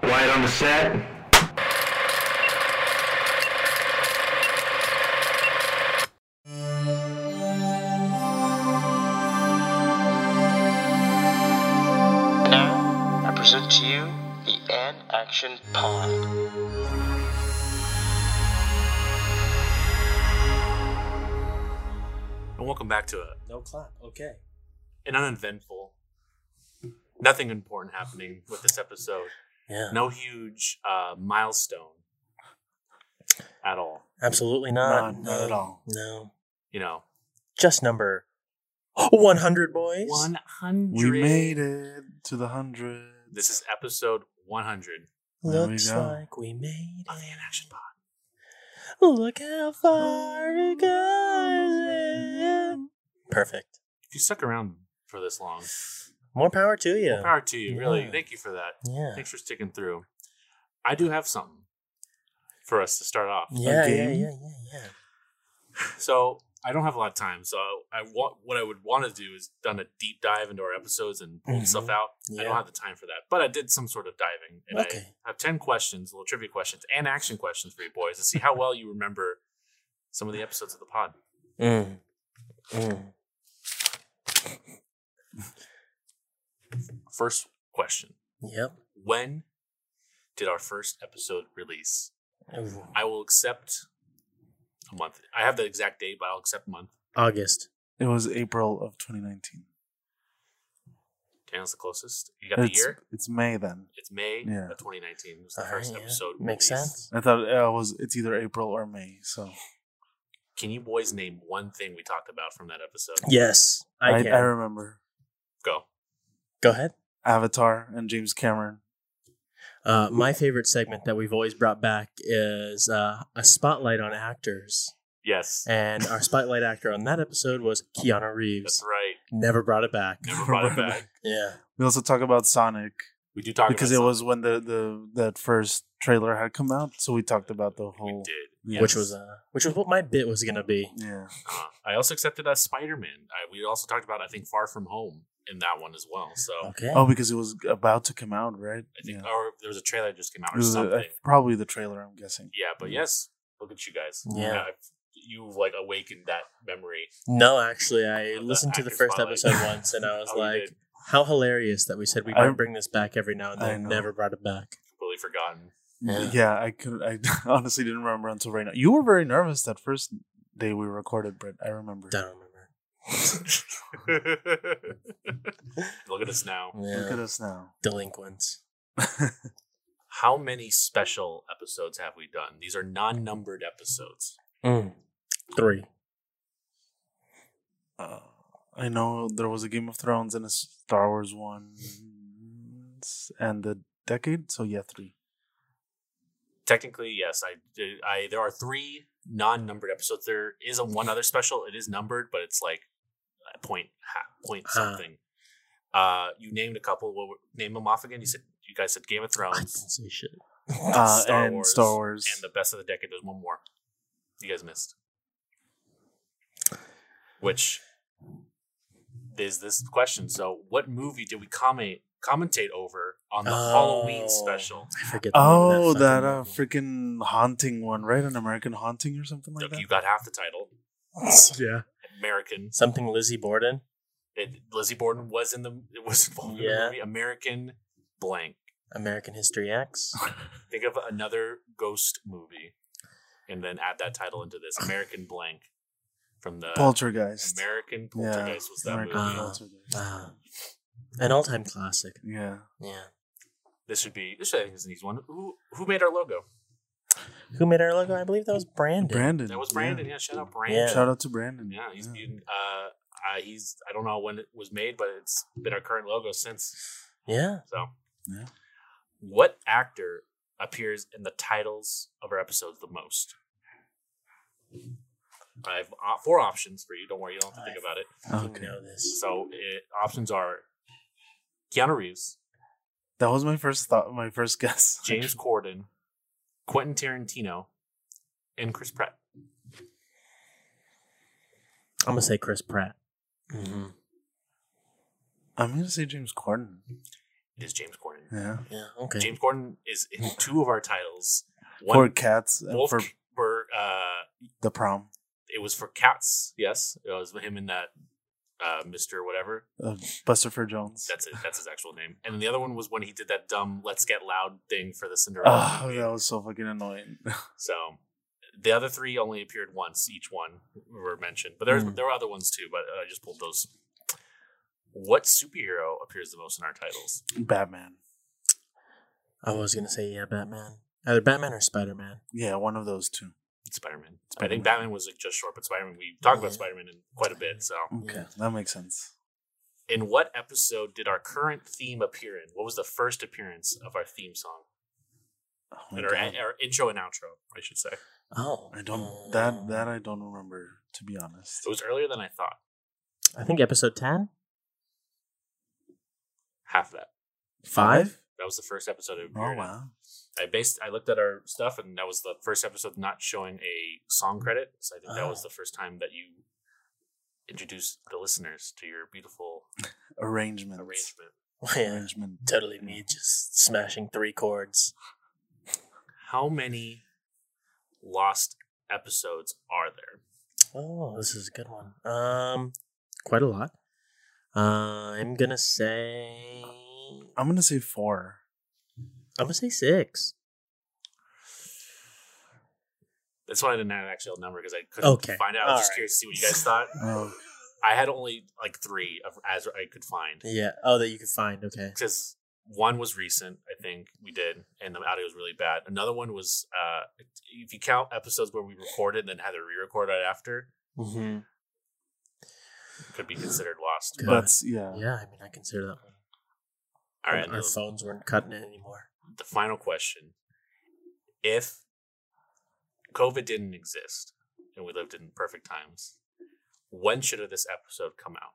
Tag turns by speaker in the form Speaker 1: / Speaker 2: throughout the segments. Speaker 1: Quiet on the set.
Speaker 2: Now, I present to you the An Action Pod.
Speaker 3: And welcome back to a,
Speaker 4: No clap. Okay.
Speaker 3: an uneventful, nothing important happening with this episode.
Speaker 4: Yeah.
Speaker 3: No huge uh, milestone at all.
Speaker 4: Absolutely
Speaker 5: Not,
Speaker 4: not.
Speaker 5: not at all.
Speaker 4: No.
Speaker 3: You know,
Speaker 4: Just number 100, boys.
Speaker 3: 100.
Speaker 5: We made it to the hundred.
Speaker 3: This is episode 100
Speaker 5: There we
Speaker 4: Looks
Speaker 5: go.
Speaker 4: like we made
Speaker 3: of the In Action Pod.
Speaker 4: it. Look how far it
Speaker 3: Oh,
Speaker 4: goes. Perfect.
Speaker 3: If you stuck around for this long,
Speaker 4: More power to you.
Speaker 3: more power to you. Really,
Speaker 4: Yeah.
Speaker 3: thank you for that.
Speaker 4: Yeah.
Speaker 3: Thanks for sticking through. I do have something for us to start off.
Speaker 4: Yeah, yeah,
Speaker 5: game?
Speaker 4: yeah, yeah, yeah.
Speaker 3: So I don't have a lot of time. So I want what I would want to do is done a deep dive into our episodes and pull
Speaker 4: Mhm.
Speaker 3: stuff out. I
Speaker 4: Yeah.
Speaker 3: don't have the time for that, but I did some sort of diving, and
Speaker 4: Okay.
Speaker 3: I have ten questions, little trivia questions, and action questions for you boys to see how well you remember some of the episodes of the pod.
Speaker 4: Mm. Mm.
Speaker 3: First question:
Speaker 4: Yep.
Speaker 3: When did our first episode release?
Speaker 4: Ooh.
Speaker 3: I will accept a month. I have the exact date, but I'll accept month.
Speaker 4: August.
Speaker 5: It was April of 2019.
Speaker 3: Daniel's the closest. You got the
Speaker 5: it's,
Speaker 3: year.
Speaker 5: It's May then.
Speaker 3: It's May
Speaker 5: Yeah.
Speaker 3: of 2019. It was the
Speaker 4: All right,
Speaker 3: first
Speaker 4: Uh, yeah.
Speaker 3: episode.
Speaker 4: Makes
Speaker 3: released.
Speaker 4: sense.
Speaker 5: I thought uh, it was. It's either April or May. So
Speaker 3: Can you boys name one thing we talked about from that episode?
Speaker 4: Yes, I,
Speaker 5: I,
Speaker 4: can.
Speaker 5: remember
Speaker 3: Go.
Speaker 4: Go ahead.
Speaker 5: Avatar and James Cameron.
Speaker 4: Uh, my favorite segment that we've always brought back is uh, a spotlight on actors.
Speaker 3: Yes.
Speaker 4: And our spotlight actor on that episode was Keanu
Speaker 3: That's
Speaker 4: Reeves.
Speaker 3: right.
Speaker 4: Never brought it back.
Speaker 3: Never brought it back.
Speaker 4: Yeah.
Speaker 5: We also talk about Sonic
Speaker 3: We do talk
Speaker 5: because it
Speaker 3: about
Speaker 5: was when the, the that first trailer had come out. So we talked about the
Speaker 3: something
Speaker 5: whole.
Speaker 3: we did.
Speaker 5: Yes.
Speaker 4: Which was uh, which was what my bit was gonna be.
Speaker 5: yeah.
Speaker 3: Uh, I also accepted a Spider Man. We also talked about I think Far From Home in that one as well. So
Speaker 4: Okay.
Speaker 5: Oh, because it was about to come out, right?
Speaker 3: I think
Speaker 5: yeah.
Speaker 3: or there was a trailer that just came out
Speaker 5: It
Speaker 3: or
Speaker 5: was uh,
Speaker 3: something.
Speaker 5: probably the trailer. I'm guessing.
Speaker 3: yeah, but yes, look at you guys.
Speaker 4: Yeah.
Speaker 3: I've, you like awakened that memory.
Speaker 4: No, actually, I
Speaker 3: Of the
Speaker 4: listened to the
Speaker 3: actor
Speaker 4: first
Speaker 3: spotlight.
Speaker 4: episode once, and I was
Speaker 3: Oh, you
Speaker 4: like,
Speaker 3: did.
Speaker 4: "How hilarious that we said we
Speaker 5: I-
Speaker 4: might bring this back every now and
Speaker 5: I
Speaker 4: then."
Speaker 5: know.
Speaker 4: Never brought it back.
Speaker 3: completely forgotten.
Speaker 5: Yeah, I could. I honestly didn't remember until right now. You were very nervous that first day we recorded, Brett. I remember.
Speaker 4: Don't remember.
Speaker 3: look at us now.
Speaker 5: Look at
Speaker 4: Yeah.
Speaker 5: us now.
Speaker 4: Delinquents.
Speaker 3: How many special episodes have we done? These are non-numbered episodes.
Speaker 4: Mm. Three.
Speaker 5: Uh, I know there was a Game of Thrones and a Star Wars one, and the decade. So yeah, three.
Speaker 3: Technically, yes. I, did- I there are three non-numbered episodes. There is a one other special. It is numbered, but it's like a point half point
Speaker 4: Huh.
Speaker 3: something. Uh, you named a couple. What were- name them off again? You said you guys said Game of
Speaker 4: I didn't
Speaker 3: Thrones
Speaker 4: say shit.
Speaker 5: Uh,
Speaker 3: Star
Speaker 5: and
Speaker 3: Wars
Speaker 5: Star Wars.
Speaker 3: and the best of the decade. There's one more. You guys missed. Which is this question? So, what movie did we comment commentate over on the Halloween
Speaker 4: Oh.
Speaker 3: special?
Speaker 4: I forget. the name of
Speaker 5: oh, that,
Speaker 4: fucking
Speaker 5: uh,
Speaker 4: movie.
Speaker 5: freaking haunting one, right? An American haunting or something like
Speaker 3: Look,
Speaker 5: that.
Speaker 3: you got half the title.
Speaker 4: yeah.
Speaker 3: American.
Speaker 4: Something Lizzie Borden.
Speaker 3: It, Lizzie Borden was in the it was involved in the
Speaker 4: Yeah.
Speaker 3: movie American blank.
Speaker 4: American History X.
Speaker 3: Think of another ghost movie, and then add that title into this American blank from the
Speaker 5: Poltergeist.
Speaker 3: uh, American
Speaker 5: Yeah,
Speaker 3: Poltergeist was that
Speaker 5: American
Speaker 3: movie. Uh-huh.
Speaker 4: Ah.
Speaker 5: Poltergeist.
Speaker 4: Ah, an all-time classic.
Speaker 5: Yeah.
Speaker 4: Yeah.
Speaker 3: This should be this I think is an easy one. Who who made our logo?
Speaker 4: Who made our logo? I believe that was Brandon.
Speaker 5: Brandon.
Speaker 3: That was
Speaker 5: yeah.
Speaker 3: Brandon. Yeah, shout out Brandon.
Speaker 4: Yeah.
Speaker 5: Shout out to Brandon.
Speaker 3: Yeah, he's been, uh, uh, he's I don't know when it was made, but it's been our current logo since.
Speaker 4: Yeah.
Speaker 3: So,
Speaker 5: Yeah.
Speaker 3: what actor appears in the titles of our episodes the most? I have uh, four options for you. Don't worry, you don't have to think about it.
Speaker 4: I
Speaker 5: Okay.
Speaker 4: know this.
Speaker 3: So, it, options are Keanu Reeves,
Speaker 5: That was my first thought, my first guess.
Speaker 3: James Corden, Quentin Tarantino, and Chris Pratt.
Speaker 4: I'm gonna say
Speaker 5: Mm-hmm.
Speaker 4: Chris Pratt.
Speaker 5: I'm gonna say James Corden.
Speaker 3: is James Corden.
Speaker 5: Yeah.
Speaker 4: Yeah. Okay.
Speaker 3: James Corden is in two of our titles.
Speaker 5: for
Speaker 3: One
Speaker 5: cats and
Speaker 3: both
Speaker 5: for
Speaker 3: were uh,
Speaker 5: the prom.
Speaker 3: it was for Cats. Yes, it was him in that uh, Mister whatever.
Speaker 5: Uh, Buster for Jones.
Speaker 3: That's it. That's his actual name. And then the other one was when he did that dumb "Let's Get Loud" thing for the Cinderella.
Speaker 5: Oh,
Speaker 3: movie.
Speaker 5: that was so fucking annoying.
Speaker 3: So the other three only appeared once. Each one were mentioned, but there's
Speaker 5: Mm.
Speaker 3: there were other ones too. But uh, I just pulled those. What superhero appears the most in our titles?
Speaker 5: Batman.
Speaker 4: I was gonna say yeah, Batman. Either Batman or Spider Man.
Speaker 5: Yeah, one of those two.
Speaker 3: Spider Man. I
Speaker 5: Spider-Man.
Speaker 3: think Batman was like, just short, but Spider Man. We talked about
Speaker 4: Yeah.
Speaker 3: Spider Man in quite a bit. So,
Speaker 5: Okay,
Speaker 4: Yeah.
Speaker 5: that makes sense.
Speaker 3: in what episode did our current theme appear in? What was the first appearance of our theme song?
Speaker 5: Oh my
Speaker 3: Or our,
Speaker 5: God.
Speaker 3: our intro and outro, I should say.
Speaker 4: Oh,
Speaker 5: I don't that that I don't remember to be honest.
Speaker 3: It was earlier than I thought.
Speaker 4: I think episode ten.
Speaker 3: Half that.
Speaker 4: Five?
Speaker 3: That was the first episode. It appeared
Speaker 5: Oh
Speaker 3: in.
Speaker 5: wow.
Speaker 3: I based I looked at our stuff and that was the first episode not showing a song credit. So I think that was
Speaker 4: Oh.
Speaker 3: the first time that you introduced the listeners to your beautiful
Speaker 5: Arrangements.
Speaker 3: arrangement.
Speaker 4: Yeah,
Speaker 5: Arrangement.
Speaker 4: totally me just smashing three chords.
Speaker 3: How many lost episodes are there?
Speaker 4: Oh, this is a good one. Um, quite a lot. Uh, I'm gonna say
Speaker 5: I'm gonna say four.
Speaker 4: I'm gonna say six.
Speaker 3: That's why I didn't have an actual number because I couldn't
Speaker 4: Okay.
Speaker 3: find out. I was just
Speaker 4: Alright.
Speaker 3: curious to see what you guys thought.
Speaker 5: Oh,
Speaker 3: I had only like three of, as I could find
Speaker 4: Yeah. Oh, that you could find. Okay.
Speaker 3: because one was recent, I think we did, and the audio was really bad. Another one was uh, if you count episodes where we recorded and then had to re-record right after,
Speaker 4: Mm-hmm.
Speaker 3: could be considered lost.
Speaker 4: Good.
Speaker 3: But
Speaker 5: that's yeah.
Speaker 4: Yeah, I mean, I consider that one.
Speaker 3: all right,
Speaker 4: our
Speaker 3: the,
Speaker 4: phones weren't cutting it anymore.
Speaker 3: the final question: If COVID didn't exist and we lived in perfect times, when should this episode come out?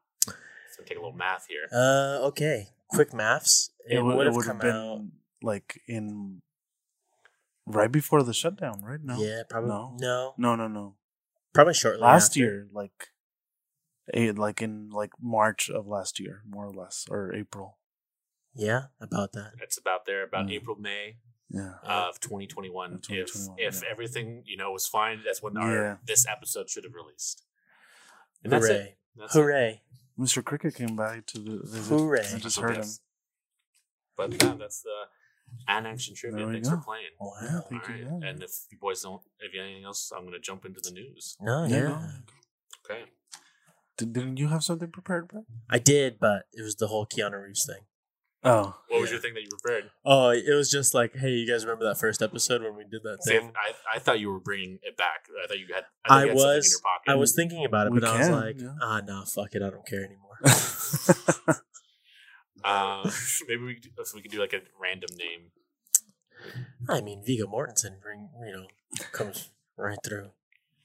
Speaker 3: So take a little math here.
Speaker 4: Uh, okay. Quick maths. It,
Speaker 5: would-
Speaker 4: would have
Speaker 5: would've
Speaker 4: come out.
Speaker 5: like in right before the shutdown, right? No.
Speaker 4: yeah, probably
Speaker 5: no.
Speaker 4: no.
Speaker 5: No, no, no.
Speaker 4: Probably shortly
Speaker 5: last
Speaker 4: after.
Speaker 5: year, like eh, like in like March of last year, more or less, or April.
Speaker 4: Yeah, about that.
Speaker 3: It's about there, about
Speaker 5: Mm.
Speaker 3: April, May
Speaker 5: Yeah.
Speaker 3: of 2021.
Speaker 5: Of
Speaker 3: If
Speaker 5: 2021,
Speaker 3: if
Speaker 5: yeah.
Speaker 3: everything you know was fine, that's when our
Speaker 5: Yeah.
Speaker 3: this episode should have released. And that's it.
Speaker 4: Hooray!
Speaker 3: That's it.
Speaker 4: Hooray!
Speaker 5: Mr. Cricket came by to the visit.
Speaker 4: Hooray.
Speaker 5: I just
Speaker 3: So
Speaker 5: heard him.
Speaker 3: yes. But yeah, that's the an action trivia.
Speaker 5: There we
Speaker 3: Thanks
Speaker 5: go.
Speaker 3: for playing.
Speaker 5: Yeah,
Speaker 4: Wow.
Speaker 5: thank
Speaker 3: All
Speaker 5: you.
Speaker 3: right.
Speaker 5: yeah.
Speaker 3: And if you boys don't, if you have anything else, I'm going to jump into the news.
Speaker 4: No,
Speaker 5: Yeah,
Speaker 4: yeah.
Speaker 5: no.
Speaker 3: Okay.
Speaker 5: Did, didn't you have something prepared, Brad?
Speaker 4: I did, but it was the whole Keanu Reeves thing.
Speaker 5: Oh,
Speaker 3: What was
Speaker 4: Yeah.
Speaker 3: your thing that you prepared?
Speaker 4: Oh, it was just like, hey, you guys remember that first episode when we did that
Speaker 3: See,
Speaker 4: thing?
Speaker 3: I, I thought you were bringing it back. I thought you had.
Speaker 4: I
Speaker 3: thought you had something in
Speaker 4: was-
Speaker 3: your pocket.
Speaker 4: I was thinking about it,
Speaker 5: We
Speaker 4: but I was
Speaker 5: can,
Speaker 4: like,
Speaker 5: yeah.
Speaker 4: ah, nah, fuck it, I don't care anymore.
Speaker 3: Uh, maybe we could, if we could do like a random name.
Speaker 4: I mean, Vigo Mortensen, bring you know, comes right through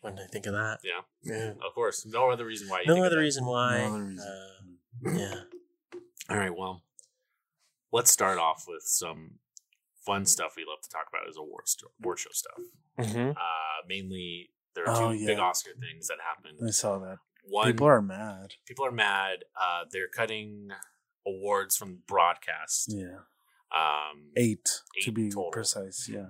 Speaker 4: when I think of that.
Speaker 3: Yeah.
Speaker 4: Yeah.
Speaker 3: Of course, no other reason why. You think
Speaker 4: No
Speaker 3: of
Speaker 4: other
Speaker 3: that.
Speaker 4: reason why.
Speaker 5: No other reason.
Speaker 4: Uh, yeah.
Speaker 3: All right. Well, let's start off with some fun stuff we love to talk about is award st- award show stuff.
Speaker 4: Mm-hmm.
Speaker 3: Uh, mainly, there are two
Speaker 5: Oh,
Speaker 3: big
Speaker 5: yeah.
Speaker 3: Oscar things that happened.
Speaker 5: I saw that.
Speaker 3: One,
Speaker 5: People are mad.
Speaker 3: people are mad. Uh, they're cutting awards from broadcast.
Speaker 5: Yeah,
Speaker 3: Um,
Speaker 5: eight, to
Speaker 3: Eight
Speaker 5: be
Speaker 3: total.
Speaker 5: precise. Yeah,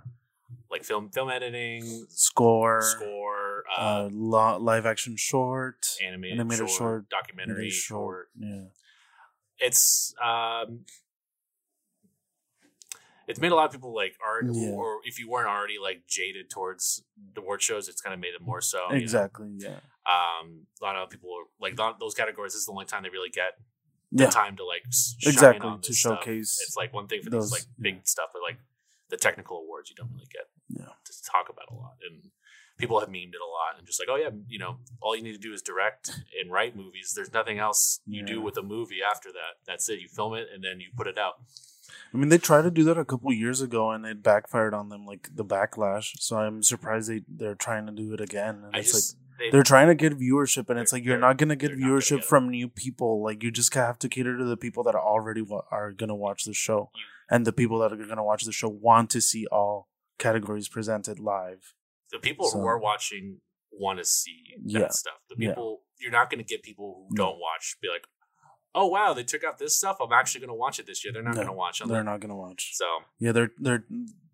Speaker 3: like film film editing,
Speaker 5: score,
Speaker 3: score, uh,
Speaker 5: uh, lo- live action short,
Speaker 3: animated,
Speaker 5: animated
Speaker 3: short,
Speaker 5: short,
Speaker 3: documentary
Speaker 5: maybe
Speaker 3: short.
Speaker 5: Yeah,
Speaker 3: It's um, it's made a lot of people like art,
Speaker 5: Yeah.
Speaker 3: or if you weren't already like jaded towards the award shows, it's kind of made it more so. you know?
Speaker 5: exactly. Yeah,
Speaker 3: Um, a lot of people are, like th- those categories. This is the only time they really get the
Speaker 5: yeah,
Speaker 3: time to like s- shine
Speaker 5: exactly.
Speaker 3: on
Speaker 5: To
Speaker 3: this stuff.
Speaker 5: showcase,
Speaker 3: it's like one thing for
Speaker 5: those-
Speaker 3: these like big stuff, but like the technical awards you don't really get
Speaker 5: Yeah.
Speaker 3: to talk about a lot. And people have memed it a lot and just like, oh yeah, you know, all you need to do is direct and write movies. There's nothing else you
Speaker 5: Yeah.
Speaker 3: do with a movie after that. That's it. You film it and then you put it out.
Speaker 5: I mean, they tried to do that a couple years ago, and it backfired on them, like the backlash. So I'm surprised they they're trying to do it again. And
Speaker 3: I
Speaker 5: it's
Speaker 3: just
Speaker 5: like
Speaker 3: they,
Speaker 5: they're trying to get viewership, and it's
Speaker 3: They're-
Speaker 5: like you're
Speaker 3: they're-
Speaker 5: not gonna get
Speaker 3: they're not gonna
Speaker 5: viewership
Speaker 3: get it.
Speaker 5: from new people. Like you just have to cater to the people that already wa- are gonna watch the show, and the people that are gonna watch the show want to see all categories presented live.
Speaker 3: the people
Speaker 5: So-
Speaker 3: who are watching want to see that
Speaker 5: Yeah.
Speaker 3: stuff. The
Speaker 5: Yeah.
Speaker 3: people you're not going to get people who
Speaker 5: No.
Speaker 3: don't watch be like, oh wow, they took out this stuff. I'm actually gonna watch it this year. They're not
Speaker 5: No,
Speaker 3: gonna watch it.
Speaker 5: They're not gonna watch.
Speaker 3: So
Speaker 5: Yeah, they're they're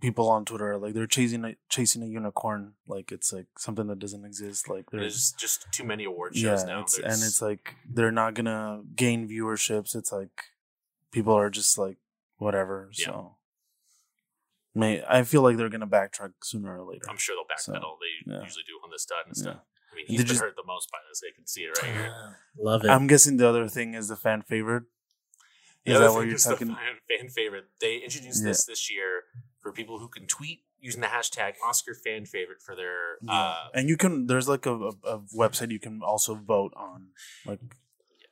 Speaker 5: people on Twitter are like they're chasing a, chasing a unicorn like it's like something that doesn't exist. Like there's
Speaker 3: there's just too many award
Speaker 5: yeah,
Speaker 3: shows now.
Speaker 5: it's, and
Speaker 3: There's-
Speaker 5: it's like they're not gonna gain viewerships. It's like people are just like whatever.
Speaker 3: Yeah.
Speaker 5: So, may I feel like they're gonna backtrack sooner or later.
Speaker 3: I'm sure they'll
Speaker 5: So,
Speaker 3: backpedal. they
Speaker 5: yeah.
Speaker 3: usually do on this dot and
Speaker 5: Yeah.
Speaker 3: stuff. I mean,
Speaker 5: They
Speaker 3: he's been
Speaker 5: just-
Speaker 3: hurt the most by this. I can see it right here.
Speaker 4: Love it.
Speaker 5: I'm guessing the other thing is the fan favorite.
Speaker 3: The
Speaker 5: Is
Speaker 3: other
Speaker 5: that what
Speaker 3: thing
Speaker 5: you're
Speaker 3: is the
Speaker 5: talking?
Speaker 3: fan, fan favorite. They introduced
Speaker 5: Yeah.
Speaker 3: this this year for people who can tweet using the hashtag Oscar fan favorite for their
Speaker 5: Yeah.
Speaker 3: uh,
Speaker 5: and you can there's like a, a, a website you can also vote on. Like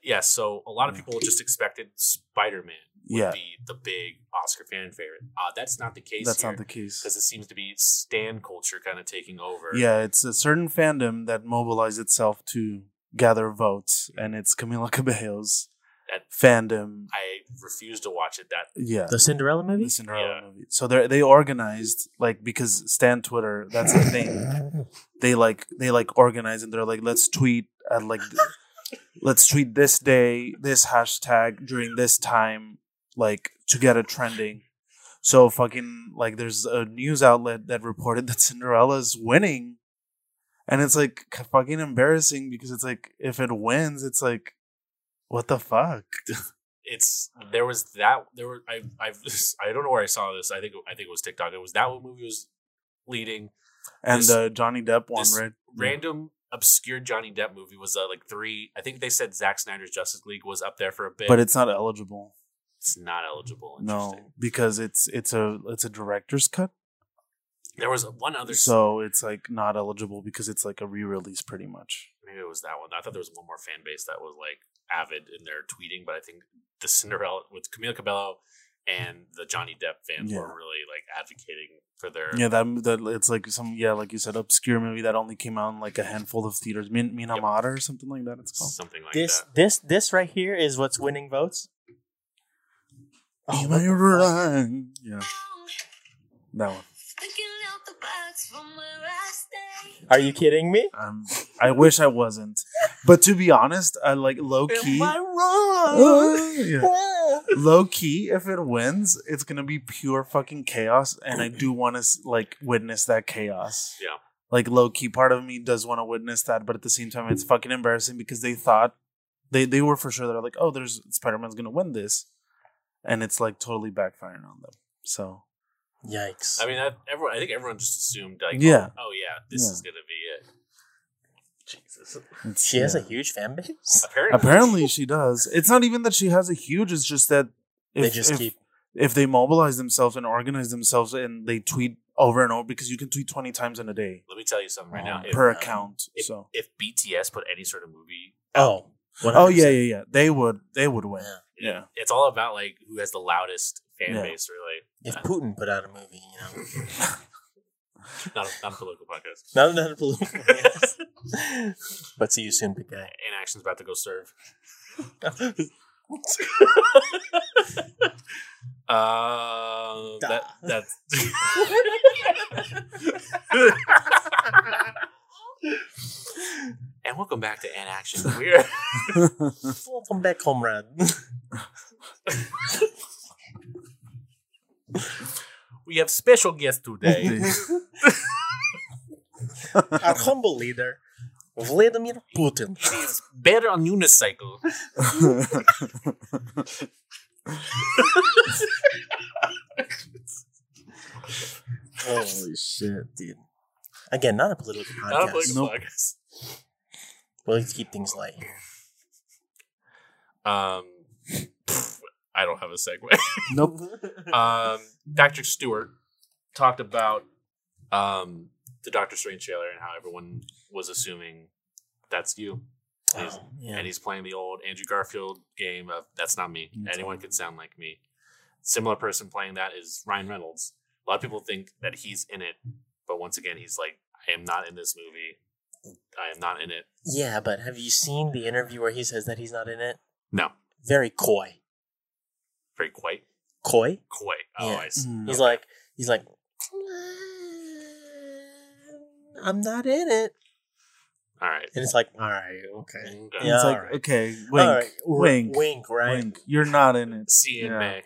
Speaker 3: yeah. So a lot of
Speaker 5: Yeah.
Speaker 3: people just expected Spider Man would
Speaker 5: Yeah.
Speaker 3: be the big Oscar fan favorite. Uh, that's not the case.
Speaker 5: that's
Speaker 3: here,
Speaker 5: not the case.
Speaker 3: because it seems to be Stan culture kind of taking over.
Speaker 5: Yeah, it's a certain fandom that mobilized itself to gather votes, and it's Camila Cabello's
Speaker 3: Mm-hmm. That-
Speaker 5: fandom.
Speaker 3: I refuse to watch it. That
Speaker 5: Yeah,
Speaker 4: the Cinderella
Speaker 5: the
Speaker 4: movie.
Speaker 5: Cinderella
Speaker 3: Yeah.
Speaker 5: movie. So they they organized like because Stan Twitter, that's the thing. They like they like organize and they're like, let's tweet at like, th- let's tweet this day, this hashtag during this time, like to get it trending. So fucking like, there's a news outlet that reported that Cinderella's winning, and it's like k- fucking embarrassing because it's like if it wins, it's like, what the fuck?
Speaker 3: it's there was that there were I I've I don't know where I saw this. I think I think it was TikTok. It was that one movie was leading.
Speaker 5: And
Speaker 3: This-
Speaker 5: the Johnny Depp one,
Speaker 3: this
Speaker 5: right?
Speaker 3: Random obscure Johnny Depp movie was uh, like three. I think they said Zack Snyder's Justice League was up there for a bit,
Speaker 5: But it's not eligible.
Speaker 3: it's not eligible. Interesting.
Speaker 5: No, because it's it's a it's a director's cut,
Speaker 3: There was one other.
Speaker 5: so it's like not eligible because it's like a re-release, pretty much.
Speaker 3: maybe it was that one. I thought there was one more fan base that was like avid in their tweeting, but I think the Cinderella with Camila Cabello and the Johnny Depp fans
Speaker 5: Yeah.
Speaker 3: were really like advocating for their
Speaker 5: Yeah, that that it's like some yeah, like you said, obscure movie that only came out in like a handful of theaters, Min, Mina
Speaker 3: Yep.
Speaker 5: Mata or something like that. It's called.
Speaker 3: something like
Speaker 4: This
Speaker 3: that.
Speaker 4: this this right here is what's winning votes.
Speaker 3: Oh,
Speaker 5: Am I right? Yeah, that one.
Speaker 4: Are you kidding me?
Speaker 5: I'm, I wish I wasn't, but to be honest, I like low key. Uh, Yeah. Low key, if it wins, it's gonna be pure fucking chaos, and I do want to like witness that chaos.
Speaker 3: Yeah.
Speaker 5: Like low key, part of me does want to witness that, but at the same time, it's fucking embarrassing because they thought they they were for sure they're like, oh, there's Spider Man's gonna win this, and it's like totally backfiring on them. So
Speaker 4: Yikes!
Speaker 3: I mean, that, everyone. I think everyone just assumed like,
Speaker 5: Yeah.
Speaker 3: oh, oh, yeah, this
Speaker 5: Yeah.
Speaker 3: is gonna be it. Jesus.
Speaker 5: it's,
Speaker 4: she has a
Speaker 5: yeah.
Speaker 4: huge fan base.
Speaker 3: Apparently,
Speaker 5: Apparently, she does. It's not even that she has a huge. It's just that if,
Speaker 4: they just
Speaker 5: if-
Speaker 4: keep
Speaker 5: if they mobilize themselves and organize themselves and they tweet over and over because you can tweet 20 times in a day
Speaker 3: let me tell you something right now.
Speaker 5: um,
Speaker 3: If,
Speaker 5: per
Speaker 4: um,
Speaker 5: account
Speaker 3: if,
Speaker 5: so
Speaker 3: if BTS put any sort of movie,
Speaker 4: oh.
Speaker 5: oh yeah yeah yeah they would they would win Yeah.
Speaker 3: it's all about like who has the loudest fan
Speaker 5: Yeah.
Speaker 3: base, really.
Speaker 4: If Putin put out a movie, you know,
Speaker 3: Not not a political podcast.
Speaker 4: not another political. yes. but see you soon, big guy.
Speaker 3: Inaction's about to go serve. Uh, that that's and welcome back to An Action. We're
Speaker 4: Welcome back, comrade.
Speaker 3: we have special guest today.
Speaker 4: Our humble leader, Vladimir Putin.
Speaker 3: He's better on unicycle.
Speaker 4: Holy shit, dude! Again, not a political podcast.
Speaker 3: Not a political
Speaker 5: Nope.
Speaker 3: podcast.
Speaker 4: We'll just keep things light here.
Speaker 3: Um, pff, I don't have a segue.
Speaker 5: nope
Speaker 3: um, Dr. Stewart talked about um, the Doctor Strange trailer and how everyone was assuming that's you. And he's-
Speaker 4: Oh, yeah.
Speaker 3: And he's playing the old Andrew Garfield game of that's not me.
Speaker 5: That's
Speaker 3: Anyone
Speaker 5: not
Speaker 3: could sound like me. Similar person playing that is Ryan Reynolds. A lot of people think that he's in it, but once again, he's like, I am not in this movie. I am not in it.
Speaker 4: Yeah, but have you seen the interview where he says that he's not in it?
Speaker 3: No,
Speaker 4: Very coy.
Speaker 3: very quite,
Speaker 4: Coy?
Speaker 3: quite. Oh,
Speaker 4: Yeah.
Speaker 3: I see.
Speaker 5: Mm.
Speaker 4: He's like he's like I'm not in it.
Speaker 3: All right.
Speaker 4: And it's like, all right, okay.
Speaker 3: Okay.
Speaker 4: Yeah.
Speaker 5: it's like
Speaker 4: alright.
Speaker 5: okay,
Speaker 4: All
Speaker 5: wink,
Speaker 4: right, w-
Speaker 5: wink, wink,
Speaker 4: wink, right?
Speaker 5: You're not in it.
Speaker 3: See you in
Speaker 5: Yeah.
Speaker 3: May.